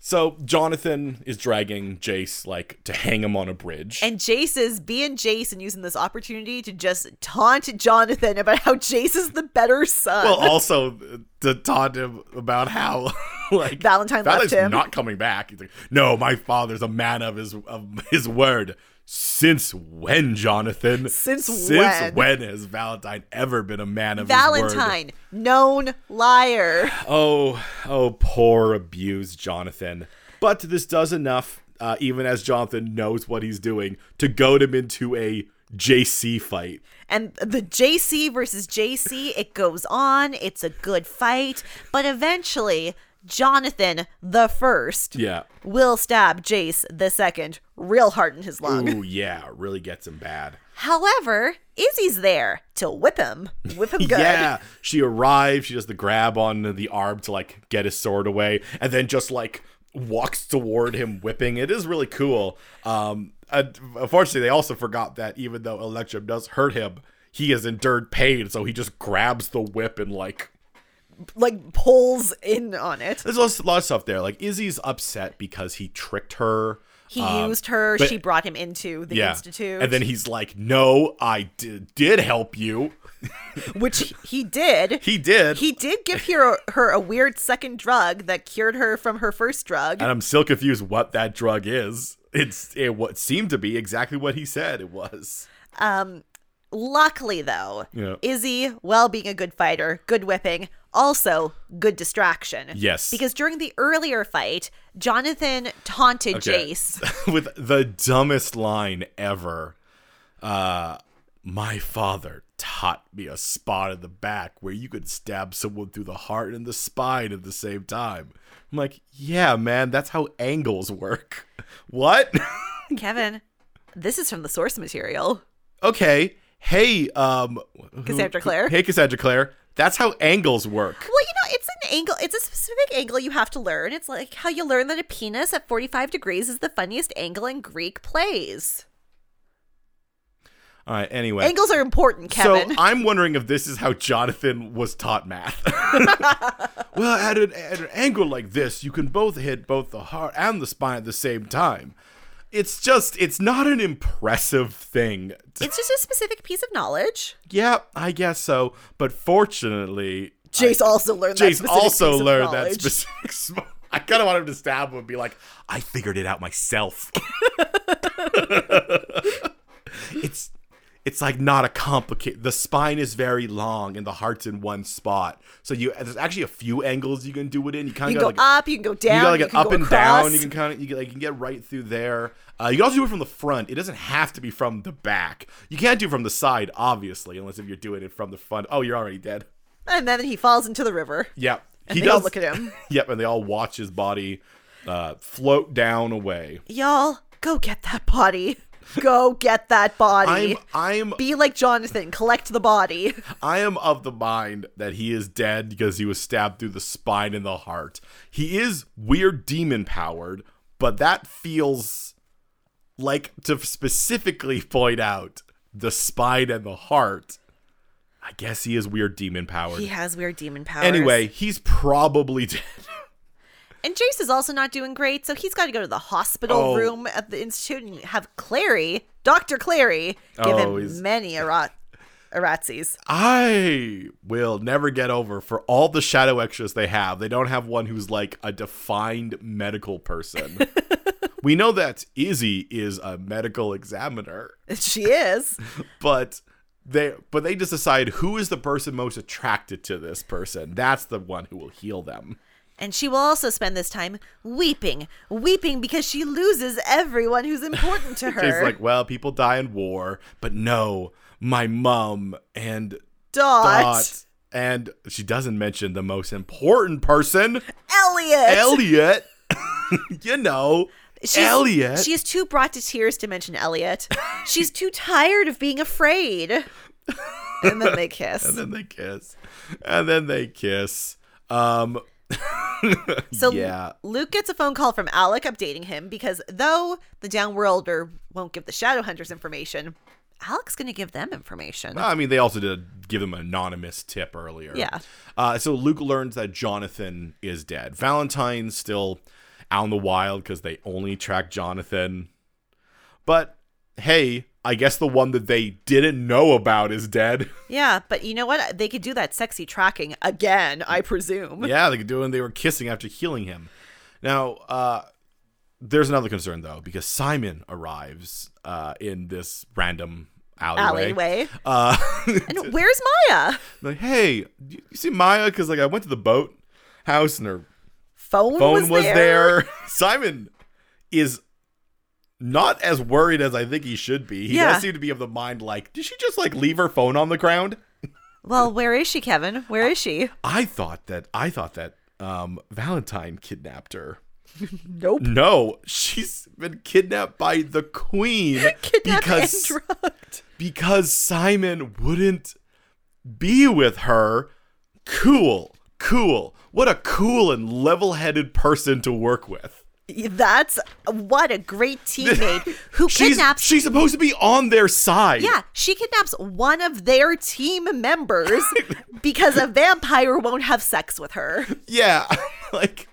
[SPEAKER 1] So Jonathan is dragging Jace like to hang him on a bridge.
[SPEAKER 2] And Jace is being Jace and using this opportunity to just taunt Jonathan about how Jace is the better son.
[SPEAKER 1] well, also uh, to taunt him about how <laughs> like
[SPEAKER 2] Valentine left
[SPEAKER 1] Valentine's
[SPEAKER 2] him.
[SPEAKER 1] not coming back. He's like, no, my father's a man of his of his word. Since when, Jonathan?
[SPEAKER 2] Since when?
[SPEAKER 1] Since when has Valentine ever been a man of his word?
[SPEAKER 2] Valentine, known liar.
[SPEAKER 1] Oh, oh, poor abused Jonathan. But this does enough, uh, even as Jonathan knows what he's doing, to goad him into a JC fight.
[SPEAKER 2] And the JC versus JC, it goes on. It's a good fight. But eventually, Jonathan the first
[SPEAKER 1] Yeah.
[SPEAKER 2] will stab Jace the second real hard in his lung.
[SPEAKER 1] Ooh, yeah, really gets him bad.
[SPEAKER 2] However, Izzy's there to whip him.
[SPEAKER 1] <laughs>
[SPEAKER 2] Whip him good. <laughs>
[SPEAKER 1] Yeah, she arrives. She does the grab on the arm to like get his sword away, and then just like walks toward him, whipping. It is really cool. Um, un- unfortunately, they also forgot that even though Electrum does hurt him, he has endured pain, so he just grabs the whip and like
[SPEAKER 7] like pulls in on it.
[SPEAKER 1] There's a lot of stuff there. Like Izzy's upset because he tricked her.
[SPEAKER 2] He used her.
[SPEAKER 1] Um, but-
[SPEAKER 2] she brought him into the
[SPEAKER 1] yeah.
[SPEAKER 2] institute, <laughs>
[SPEAKER 1] And then he's like, "No, I d- did help you."
[SPEAKER 8] which he did.
[SPEAKER 1] <laughs> He did.
[SPEAKER 8] He did give her her a weird second drug that cured her from her first drug.
[SPEAKER 1] and I'm still confused what that drug is. It's it what seemed to be exactly what he said it was. <laughs>
[SPEAKER 2] Um, Luckily, though,
[SPEAKER 1] Yeah.
[SPEAKER 2] Izzy, well, being a good fighter, good whipping, also good distraction.
[SPEAKER 1] Yes.
[SPEAKER 2] Because during the earlier fight, Jonathan taunted
[SPEAKER 1] Okay. <laughs>
[SPEAKER 2] Jace.
[SPEAKER 1] with the dumbest line ever. Uh, my father taught me a spot in the back where you could stab someone through the heart and the spine at the same time. I'm like, yeah, man, that's how angles work. <laughs> What?
[SPEAKER 2] Kevin, this is from the source material.
[SPEAKER 1] okay. Hey, um, who-
[SPEAKER 2] Cassandra Clare.
[SPEAKER 1] Hey, Cassandra Claire. That's how angles work.
[SPEAKER 2] Well, you know, it's an angle, it's a specific angle you have to learn. It's like how you learn that a penis at 45 degrees is the funniest angle in Greek plays.
[SPEAKER 1] All right. Anyway.
[SPEAKER 2] Angles are important, Kevin.
[SPEAKER 1] So
[SPEAKER 2] <laughs>
[SPEAKER 1] I'm wondering if this is how Jonathan was taught math. well, at an, at an angle like this, you can both hit both the heart and the spine at the same time. It's just, it's not an impressive thing.
[SPEAKER 2] it's just a specific piece of knowledge.
[SPEAKER 1] Yeah, I guess so. But fortunately,
[SPEAKER 8] Jace also learned. that
[SPEAKER 1] Jace
[SPEAKER 8] specific
[SPEAKER 1] also
[SPEAKER 8] piece of
[SPEAKER 1] learned
[SPEAKER 8] knowledge.
[SPEAKER 1] that specific. <laughs> Sm- I kind of want him to stab him and be like, "I figured it
[SPEAKER 8] <laughs>
[SPEAKER 1] out myself." it's it's like not a complicated. The spine is very long and the heart's in one spot, so you there's actually a few angles you can do it in. You kind
[SPEAKER 8] You
[SPEAKER 1] of
[SPEAKER 8] can go
[SPEAKER 1] like
[SPEAKER 8] up, you can go down,
[SPEAKER 1] you
[SPEAKER 8] you,
[SPEAKER 1] got like an
[SPEAKER 8] can
[SPEAKER 1] up
[SPEAKER 8] go
[SPEAKER 1] and
[SPEAKER 8] across.
[SPEAKER 1] down. You can kind of you can, like you can get right through there. Uh, you can also do it from the front. It doesn't have to be from the back. You can't do it from the side, obviously, unless if you're doing it from the front. Oh, you're already dead.
[SPEAKER 8] and then he falls into the river.
[SPEAKER 1] Yeah,
[SPEAKER 8] they all look at him.
[SPEAKER 1] <laughs> yep, and they all watch his body uh, float down away.
[SPEAKER 8] Y'all, go get that body. <laughs> Go get that body.
[SPEAKER 1] I'm Oh, I'm
[SPEAKER 8] Be like Jonathan, collect the body.
[SPEAKER 1] I am of the mind that he is dead because he was stabbed through the spine and the heart. He is weird demon powered, but that feels like to specifically <laughs> point out the spine and the heart. I guess he is weird demon powered.
[SPEAKER 2] He has weird demon powers.
[SPEAKER 1] Anyway, he's probably <laughs> dead.
[SPEAKER 2] And Jace is also not doing great, so he's got to go to the hospital
[SPEAKER 1] Oh.
[SPEAKER 2] room at the institute and have Clary, Dr. Clary, give
[SPEAKER 1] Oh,
[SPEAKER 2] him
[SPEAKER 1] he's-
[SPEAKER 2] many erat- <laughs> eratzis.
[SPEAKER 1] I will never get over for all the shadow extras they have. They don't have one who's like a defined medical person. we know that Izzy is a medical examiner,
[SPEAKER 8] She is.
[SPEAKER 1] but they but they just decide who is the person most attracted to this person. That's the one who will heal them.
[SPEAKER 2] And she will also spend this time weeping, weeping because she loses everyone who's
[SPEAKER 1] <laughs>
[SPEAKER 2] important to her.
[SPEAKER 1] It's like, well, people die in war, but no, my mom and
[SPEAKER 8] Dot.
[SPEAKER 1] Dot and she doesn't mention the most important person.
[SPEAKER 2] Elliot!
[SPEAKER 1] Elliot. <laughs> you know,
[SPEAKER 2] She's-
[SPEAKER 1] Elliot.
[SPEAKER 2] She is too brought to tears to mention Elliot. She's too tired of being afraid. And then they kiss.
[SPEAKER 8] <laughs>
[SPEAKER 1] and then they kiss. And then they kiss. Um
[SPEAKER 2] So
[SPEAKER 1] yeah.
[SPEAKER 2] Luke gets a phone call from Alec updating him because though the Downworlder won't give the Shadowhunters information, Alec's going to give them information.
[SPEAKER 8] Ah.
[SPEAKER 1] I mean, they also did give him an anonymous tip earlier.
[SPEAKER 2] Yeah.
[SPEAKER 1] Uh, so Luke learns that Jonathan is dead. Valentine's still out in the wild because they only track Jonathan. But hey, I guess the one that they didn't know about is dead. <laughs>
[SPEAKER 2] Yeah, but you know what? They could do that sexy tracking again, I presume.
[SPEAKER 1] yeah, they could do it. and They were kissing after healing him. Now, uh, there's another concern though, because Simon arrives uh, in this random alleyway.
[SPEAKER 8] <laughs>
[SPEAKER 2] Alleyway.
[SPEAKER 1] Uh, <laughs>
[SPEAKER 2] And where's Maya?
[SPEAKER 1] like, hey, do you see Maya? Because like I went to the boat house and her
[SPEAKER 8] Phone,
[SPEAKER 1] phone
[SPEAKER 8] was,
[SPEAKER 1] was
[SPEAKER 8] there.
[SPEAKER 1] there. <laughs> Simon is not as worried as I think he should be. He
[SPEAKER 2] Yeah.
[SPEAKER 1] does seem to be of the mind like, did she just like leave her phone on the ground?
[SPEAKER 2] Well, where is she, Kevin? Where is she?
[SPEAKER 1] I thought that I thought that um, Valentine kidnapped her.
[SPEAKER 8] Nope.
[SPEAKER 1] No, she's been kidnapped by the queen
[SPEAKER 2] <laughs> Kidnapped
[SPEAKER 1] because
[SPEAKER 2] and drugged.
[SPEAKER 1] because Simon wouldn't be with her. Cool. Cool. What a cool and level-headed person to work with.
[SPEAKER 2] That's what a great
[SPEAKER 1] <laughs>
[SPEAKER 2] teammate who
[SPEAKER 1] She's
[SPEAKER 2] kidnaps.
[SPEAKER 1] she's supposed to be on their side.
[SPEAKER 2] yeah, she kidnaps one of their
[SPEAKER 1] <laughs> <laughs>
[SPEAKER 2] team members because a vampire won't have sex with her.
[SPEAKER 1] Yeah. like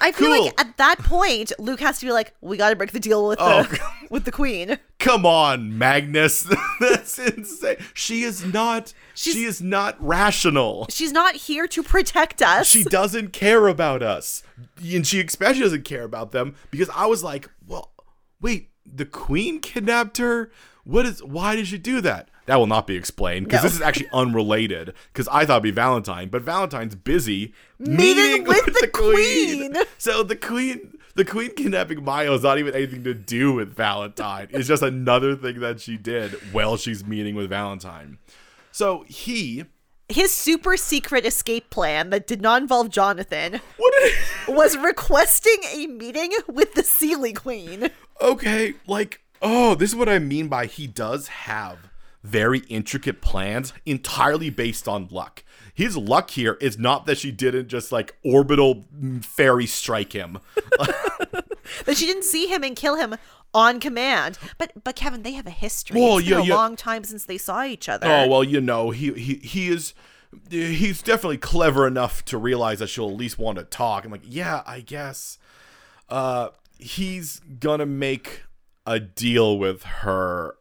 [SPEAKER 2] I feel
[SPEAKER 1] Cool.
[SPEAKER 2] like at that point, Luke has to be like, "We got to break the deal with
[SPEAKER 1] Oh,
[SPEAKER 2] the with the Queen."
[SPEAKER 1] Come on, Magnus. <laughs> That's insane. She is not. she is not rational.
[SPEAKER 2] She's not here to protect us.
[SPEAKER 1] She doesn't care about us, and she especially doesn't care about them because I was like, well, wait, the queen kidnapped her. What is? Why did she do that? That will not be explained because this is actually unrelated. Because I thought it'd be Valentine, but Valentine's busy
[SPEAKER 2] Meeting with the queen.
[SPEAKER 1] So the queen, the queen kidnapping Mayo is not even anything to do with Valentine. it's just another thing that she did while she's meeting with Valentine. So he,
[SPEAKER 2] His super secret escape plan that did not involve Jonathan
[SPEAKER 1] what? Did
[SPEAKER 2] was requesting a meeting with the Sealy Queen.
[SPEAKER 1] okay, like, oh, this is what I mean by he does have very intricate plans entirely based on luck. His luck here is not that she didn't just like orbital mm, fairy strike him.
[SPEAKER 2] That she didn't see him and kill him on command. But but Kevin, they have a history.
[SPEAKER 1] Well,
[SPEAKER 2] it's
[SPEAKER 1] yeah,
[SPEAKER 2] been a
[SPEAKER 1] yeah.
[SPEAKER 2] long time since they saw each other.
[SPEAKER 1] Oh well, you know he he he is he's definitely clever enough to realize that she'll at least want to talk. I'm like, yeah, I guess. Uh, he's gonna make a deal with her,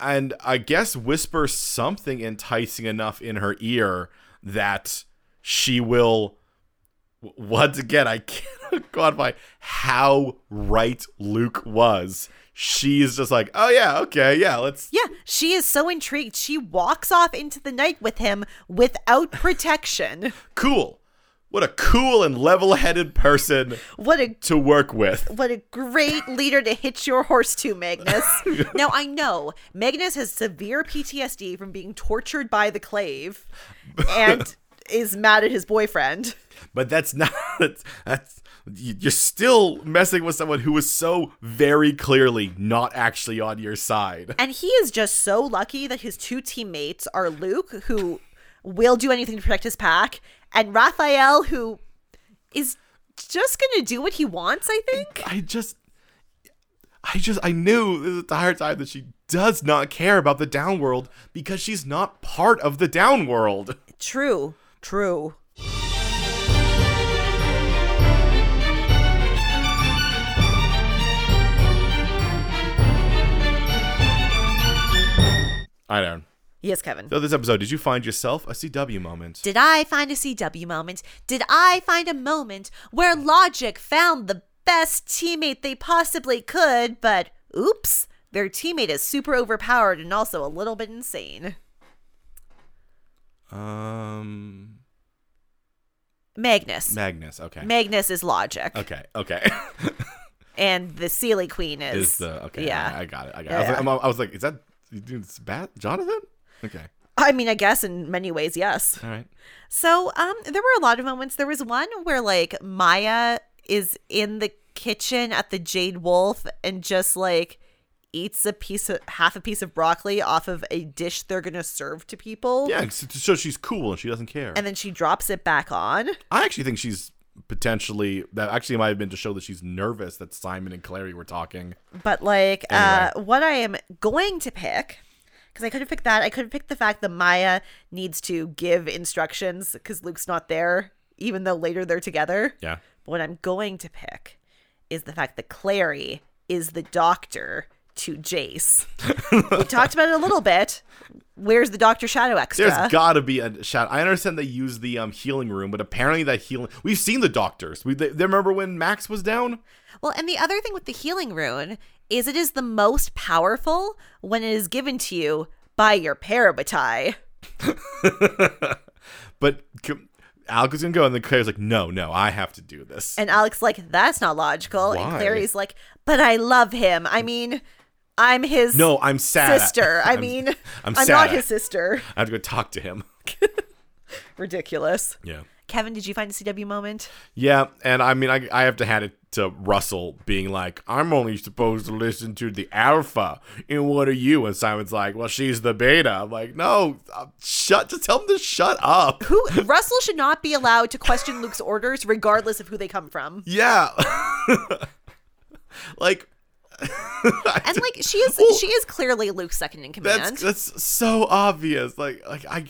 [SPEAKER 1] and I guess whisper something enticing enough in her ear that she will. w- Once again, I <laughs> can't quantify how right Luke was. She's just like, oh yeah, okay, yeah, let's
[SPEAKER 2] Yeah, she is so intrigued. She walks off into the night with him
[SPEAKER 1] <laughs>
[SPEAKER 2] without protection.
[SPEAKER 1] cool. What a cool and level-headed person
[SPEAKER 2] What a
[SPEAKER 1] to work with.
[SPEAKER 2] what a great leader to hitch your horse
[SPEAKER 1] <laughs>
[SPEAKER 2] to, Magnus. now I know Magnus has severe PTSD from being tortured by
[SPEAKER 1] <laughs>
[SPEAKER 2] the clave and is mad at his boyfriend.
[SPEAKER 1] But that's not <laughs> that's, that's you- you're still messing with someone who is so very clearly not actually on your side.
[SPEAKER 2] And he is just so lucky that his two teammates are Luke, who will do anything to protect his pack, and Raphael, who is just gonna do what he wants, I think.
[SPEAKER 1] I just I just I knew the entire time that she does not care about the downworld because she's not part of the downworld.
[SPEAKER 2] True, true.
[SPEAKER 1] I don't.
[SPEAKER 2] Yes, Kevin.
[SPEAKER 1] So this episode, did you find yourself a CW moment?
[SPEAKER 6] Did I find a CW moment? Did I find a moment where logic found the best teammate they possibly could, but oops, their teammate is super overpowered and also a little bit insane?
[SPEAKER 1] um
[SPEAKER 6] Magnus.
[SPEAKER 1] Magnus, okay.
[SPEAKER 6] Magnus is logic,
[SPEAKER 1] okay, okay. <laughs>
[SPEAKER 6] and the Sealy Queen is.
[SPEAKER 1] is the okay.
[SPEAKER 6] yeah.
[SPEAKER 1] I, I got it. I got it. I was, like, I'm- I was like, is that you doing this bat Jonathan? Okay.
[SPEAKER 2] I mean, I guess in many ways, yes.
[SPEAKER 1] All right.
[SPEAKER 6] So, um, there were a lot of moments. There was one where like Maya is in the kitchen at the Jade Wolf and just like eats a piece of half a piece of broccoli off of a dish they're gonna serve to people.
[SPEAKER 1] Yeah. So, so she's cool and she doesn't care.
[SPEAKER 6] And then she drops it back on.
[SPEAKER 1] I actually think she's potentially that actually might have been to show that she's nervous that Simon and Clary were talking.
[SPEAKER 2] But like, uh, what I am going to pick, because I could have picked that. I could have picked the fact that Maya needs to give instructions because Luke's not there, even though later they're together.
[SPEAKER 1] Yeah.
[SPEAKER 2] But what I'm going to pick is the fact that Clary is the doctor to Jace.
[SPEAKER 1] <laughs>
[SPEAKER 2] we talked about it a little bit. Where's the Doctor Shadow extra?
[SPEAKER 1] There's gotta be a shot. I understand they use the um, healing room, but apparently that healing we've seen the doctors. We they, they remember when Max was down.
[SPEAKER 6] Well, and the other thing with the healing rune is it is the most powerful when it is given to you by your parabatai.
[SPEAKER 1] But c- Alec is gonna go, and then Clary's like, no, no, I have to do this.
[SPEAKER 2] And Alex like, that's not logical. And
[SPEAKER 1] Why? Mm.
[SPEAKER 2] Clary's like, but I love him. I mean, I'm his
[SPEAKER 1] no, I'm sad.
[SPEAKER 2] sister.
[SPEAKER 1] <laughs>
[SPEAKER 2] I
[SPEAKER 1] I'm-
[SPEAKER 2] mean,
[SPEAKER 1] I'm,
[SPEAKER 2] I'm
[SPEAKER 1] sad.
[SPEAKER 2] not his sister.
[SPEAKER 1] I have to go talk to him.
[SPEAKER 2] Ridiculous.
[SPEAKER 1] Yeah.
[SPEAKER 6] Kevin, did you find a CW moment?
[SPEAKER 1] Yeah, and I mean, I, I have to hand it to Russell being like, I'm only supposed to listen to the alpha, and what are you? And Simon's like, well, she's the beta. I'm like, no, uh, shut, just tell him to shut up. <laughs>
[SPEAKER 2] Who Russell should not be allowed to question Luke's orders regardless of who they come from.
[SPEAKER 1] Yeah. <laughs> like,
[SPEAKER 6] And like she is she is clearly Luke's second in command.
[SPEAKER 1] that's, that's so obvious. Like, like I,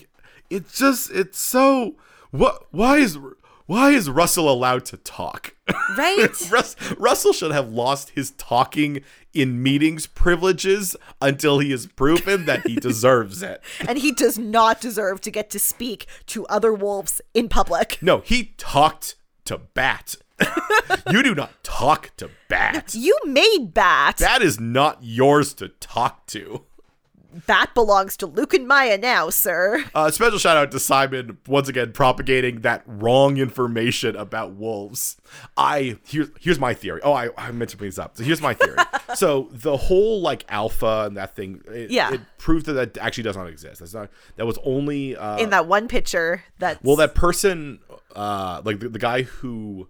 [SPEAKER 1] it's just, it's so, what, why is, why is Russell allowed to talk? <laughs>
[SPEAKER 2] right?
[SPEAKER 1] Russ- Russell should have lost his talking in meetings privileges until he has proven that he deserves it.
[SPEAKER 9] And he does not deserve to get to speak to other wolves in public.
[SPEAKER 1] No, he talked to Bat. you do not talk to
[SPEAKER 2] <laughs>
[SPEAKER 1] Bat.
[SPEAKER 9] You made Bat.
[SPEAKER 1] Bat is not yours to talk to.
[SPEAKER 9] Bat belongs to Luke and Maya now, sir.
[SPEAKER 1] Uh, special shout out to Simon once again propagating that wrong information about wolves. I here's here's my theory. Oh, I, I meant to bring this up. So here's my theory. so the whole like alpha and that thing, it,
[SPEAKER 2] Yeah.
[SPEAKER 1] it proved that that actually does not exist. That's not that was only uh,
[SPEAKER 2] In that one picture that's
[SPEAKER 1] well that person uh like the, the guy who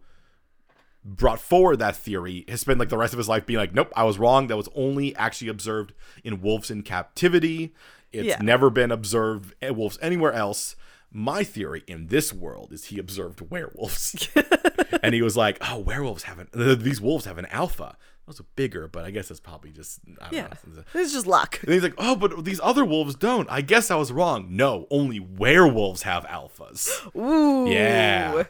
[SPEAKER 1] brought forward that theory has spent like the rest of his life being like nope i was wrong that was only actually observed in wolves in captivity it's
[SPEAKER 2] Yeah.
[SPEAKER 1] never been observed at wolves anywhere else my theory in this world is he observed werewolves and he was like oh werewolves have an th- these wolves have an alpha those are bigger but i guess it's probably just i don't know
[SPEAKER 9] It's just luck.
[SPEAKER 1] and he's like, oh, but these other wolves don't. I guess I was wrong. No, only werewolves have alphas. Ooh. Yeah.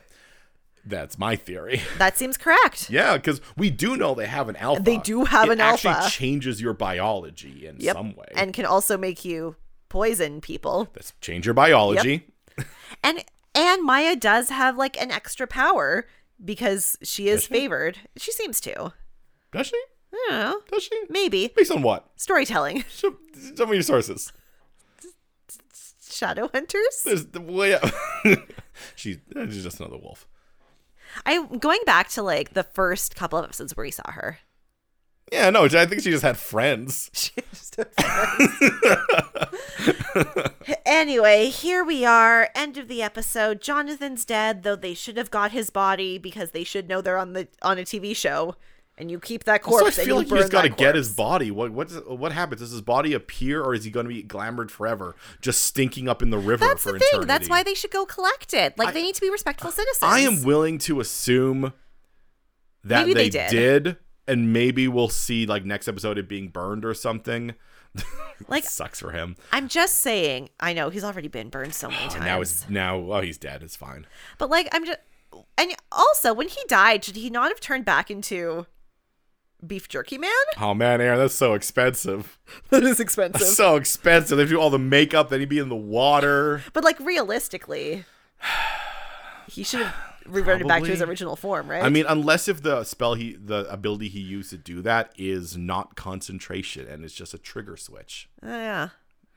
[SPEAKER 1] That's my theory. <laughs>
[SPEAKER 9] That seems correct.
[SPEAKER 1] Yeah, because we do know they have an alpha.
[SPEAKER 9] They do have
[SPEAKER 1] It
[SPEAKER 9] an alpha.
[SPEAKER 1] actually changes your biology in some way.
[SPEAKER 9] And can also make you poison people.
[SPEAKER 1] That's change your biology.
[SPEAKER 2] and and Maya does have like an extra power because she is favored. She seems to.
[SPEAKER 1] Does she?
[SPEAKER 2] I don't know.
[SPEAKER 1] Does she?
[SPEAKER 2] Maybe.
[SPEAKER 1] Based on what?
[SPEAKER 2] Storytelling. <laughs>
[SPEAKER 1] Show, show me your sources.
[SPEAKER 2] Shadow
[SPEAKER 1] <laughs>
[SPEAKER 2] hunters.
[SPEAKER 1] There's the way up. she's, she's just another wolf.
[SPEAKER 2] I'm going back to like the first couple of episodes where we saw her.
[SPEAKER 1] Yeah, no, I think she just had friends.
[SPEAKER 2] <laughs> She just- <laughs> anyway, here we are. End of the episode. Jonathan's dead, though they should have got his body because they should know they're on the on a TV show.
[SPEAKER 9] And you keep that
[SPEAKER 1] So I
[SPEAKER 9] corpse. and
[SPEAKER 1] feel
[SPEAKER 9] you
[SPEAKER 1] like you
[SPEAKER 9] burn
[SPEAKER 1] just got to
[SPEAKER 9] that
[SPEAKER 1] get
[SPEAKER 9] corpse.
[SPEAKER 1] his body. What what's, what happens? Does his body appear, or is he going to be glamored forever, just stinking up in the river
[SPEAKER 2] That's
[SPEAKER 1] for
[SPEAKER 2] the thing.
[SPEAKER 1] eternity?
[SPEAKER 2] That's why they should go collect it. Like they need to be respectful citizens.
[SPEAKER 1] I am willing to assume that
[SPEAKER 2] Maybe
[SPEAKER 1] they,
[SPEAKER 2] they did.
[SPEAKER 1] did, and maybe we'll see like next episode it being burned or something.
[SPEAKER 2] Like-
[SPEAKER 1] sucks for him.
[SPEAKER 2] I'm just saying. I know he's already been burned so many times.
[SPEAKER 1] And <sighs> now is now oh he's dead. It's fine.
[SPEAKER 2] But like I'm just and also when he died, should he not have turned back into beef jerky man? <laughs>
[SPEAKER 1] Oh man, Aaron, that's so expensive.
[SPEAKER 9] That is expensive.
[SPEAKER 1] So expensive. They do all the makeup. Then he'd be in the water.
[SPEAKER 2] But like realistically, he should have reverted back to his
[SPEAKER 1] Probably.
[SPEAKER 2] original form, right?
[SPEAKER 1] I mean, unless if the spell he, the ability he used to do that is not concentration and it's just a trigger switch.
[SPEAKER 2] Uh, yeah.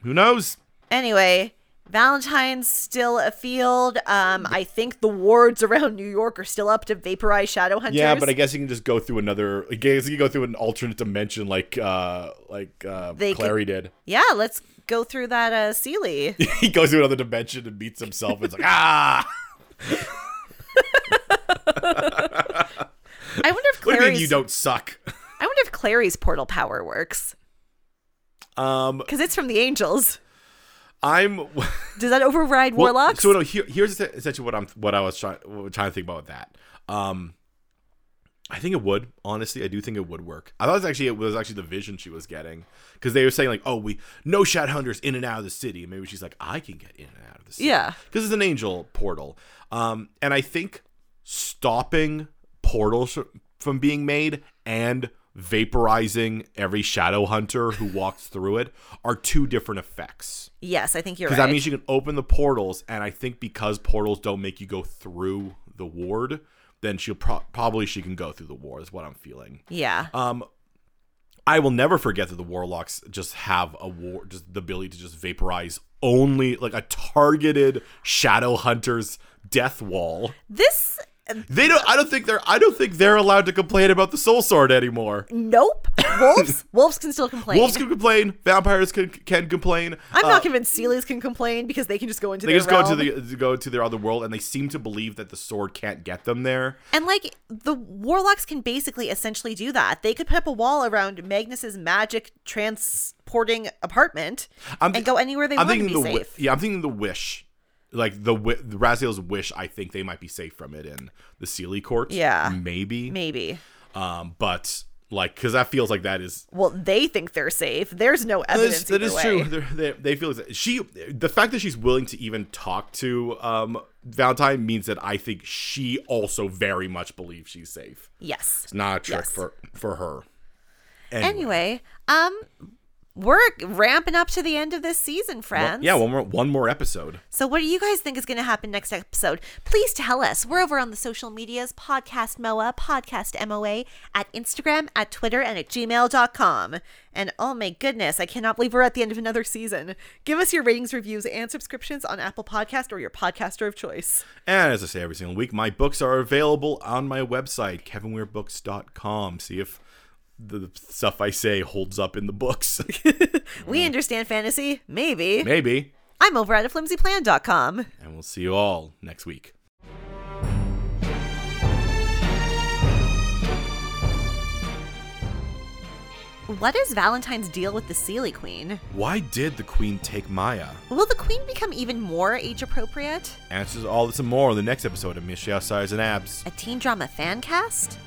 [SPEAKER 1] Who knows?
[SPEAKER 2] Anyway, Valentine's still afield. Um, I think the wards around New York are still up to vaporize shadow hunters.
[SPEAKER 1] Yeah, but I guess you can just go through another. I guess you can go through an alternate dimension, like uh, like uh,
[SPEAKER 2] They
[SPEAKER 1] Clary did. <laughs>
[SPEAKER 2] yeah, let's go through that uh Sealy.
[SPEAKER 1] he goes through another dimension and beats himself. It's like <laughs> ah.
[SPEAKER 2] I wonder if
[SPEAKER 1] What do you mean you
[SPEAKER 2] Clary's
[SPEAKER 1] don't suck?
[SPEAKER 2] I wonder if Clary's portal power works
[SPEAKER 1] Um,
[SPEAKER 2] because it's from the angels.
[SPEAKER 1] I'm.
[SPEAKER 2] Does that override
[SPEAKER 1] Well,
[SPEAKER 2] warlocks?
[SPEAKER 1] So no, here, here's es- essentially what I'm what I was trying trying to think about with that. Um, I think it would honestly. I do think it would work. I thought it was actually it was actually the vision she was getting because they were saying like, oh, we no shot hunters in and out of the city. And maybe she's like, I can get in and out of the city.
[SPEAKER 2] Yeah.
[SPEAKER 1] because it's an angel portal. Um, and I think stopping portals fr- from being made and vaporizing every shadow hunter who walks through it are two different effects.
[SPEAKER 2] yes, I think you're right.
[SPEAKER 1] Because that means you can open the portals, and I think because portals don't make you go through the ward, then she'll pro- probably she can go through the ward. Is what I'm feeling.
[SPEAKER 2] yeah.
[SPEAKER 1] Um, I will never forget that the warlocks just have a war, just the ability to just vaporize only like a targeted shadow hunter's death wall.
[SPEAKER 2] This uh,
[SPEAKER 1] They don't. I don't think they're. I don't think they're allowed to complain about the soul sword anymore.
[SPEAKER 2] nope.
[SPEAKER 1] <laughs>
[SPEAKER 2] Wolves wolves can still complain.
[SPEAKER 1] Wolves can complain. Vampires can can complain.
[SPEAKER 9] I'm not convinced Sealies can complain because they can just go into
[SPEAKER 1] Uh, They
[SPEAKER 9] their
[SPEAKER 1] just
[SPEAKER 9] realm.
[SPEAKER 1] go to the go to their other world, and they seem to believe that the sword can't get them there.
[SPEAKER 2] And like the warlocks can basically essentially do that. They could put up a wall around Magnus's magic transporting apartment
[SPEAKER 1] I'm
[SPEAKER 2] and go anywhere they want to be
[SPEAKER 1] the wi-
[SPEAKER 2] safe.
[SPEAKER 1] yeah, I'm thinking the wish, like the wi- the Raziel's wish. I think they might be safe from it in the Sealy court.
[SPEAKER 2] Yeah.
[SPEAKER 1] maybe.
[SPEAKER 2] Maybe.
[SPEAKER 1] Um, but Like, because that feels like that is
[SPEAKER 10] Well, they think they're safe. There's no evidence.
[SPEAKER 1] that
[SPEAKER 10] either
[SPEAKER 1] is
[SPEAKER 10] way.
[SPEAKER 1] true. They're- They, they feel like she. The fact that she's willing to even talk to um, Valentine means that I think she also very much believes she's safe.
[SPEAKER 2] Yes.
[SPEAKER 1] It's not a trick
[SPEAKER 2] Yes.
[SPEAKER 1] for for her.
[SPEAKER 2] Anyway, um, we're ramping up to the end of this season, friends.
[SPEAKER 1] yeah, one more one more episode.
[SPEAKER 2] So, what do you guys think is going to happen next episode? Please tell us. We're over on the social medias Podcast MOA, Podcast MOA, at Instagram, at Twitter, and at gmail.com. And oh my goodness, I cannot believe we're at the end of another season.
[SPEAKER 10] Give us your ratings, reviews, and subscriptions on Apple Podcast or your podcaster of choice.
[SPEAKER 1] And as I say every single week, my books are available on my website, kevinweirbooks.com. See if the stuff I say holds up in the books.
[SPEAKER 2] We understand fantasy, maybe.
[SPEAKER 1] Maybe.
[SPEAKER 2] I'm over at a flimsyplan.com.
[SPEAKER 1] And we'll see you all next week.
[SPEAKER 2] What is Valentine's deal with the Sealy Queen?
[SPEAKER 1] Why did the queen take Maya?
[SPEAKER 2] Will the Queen become even more age appropriate?
[SPEAKER 1] Answers all this and more in the next episode of Michelle Size and Abs.
[SPEAKER 2] A teen drama fan cast?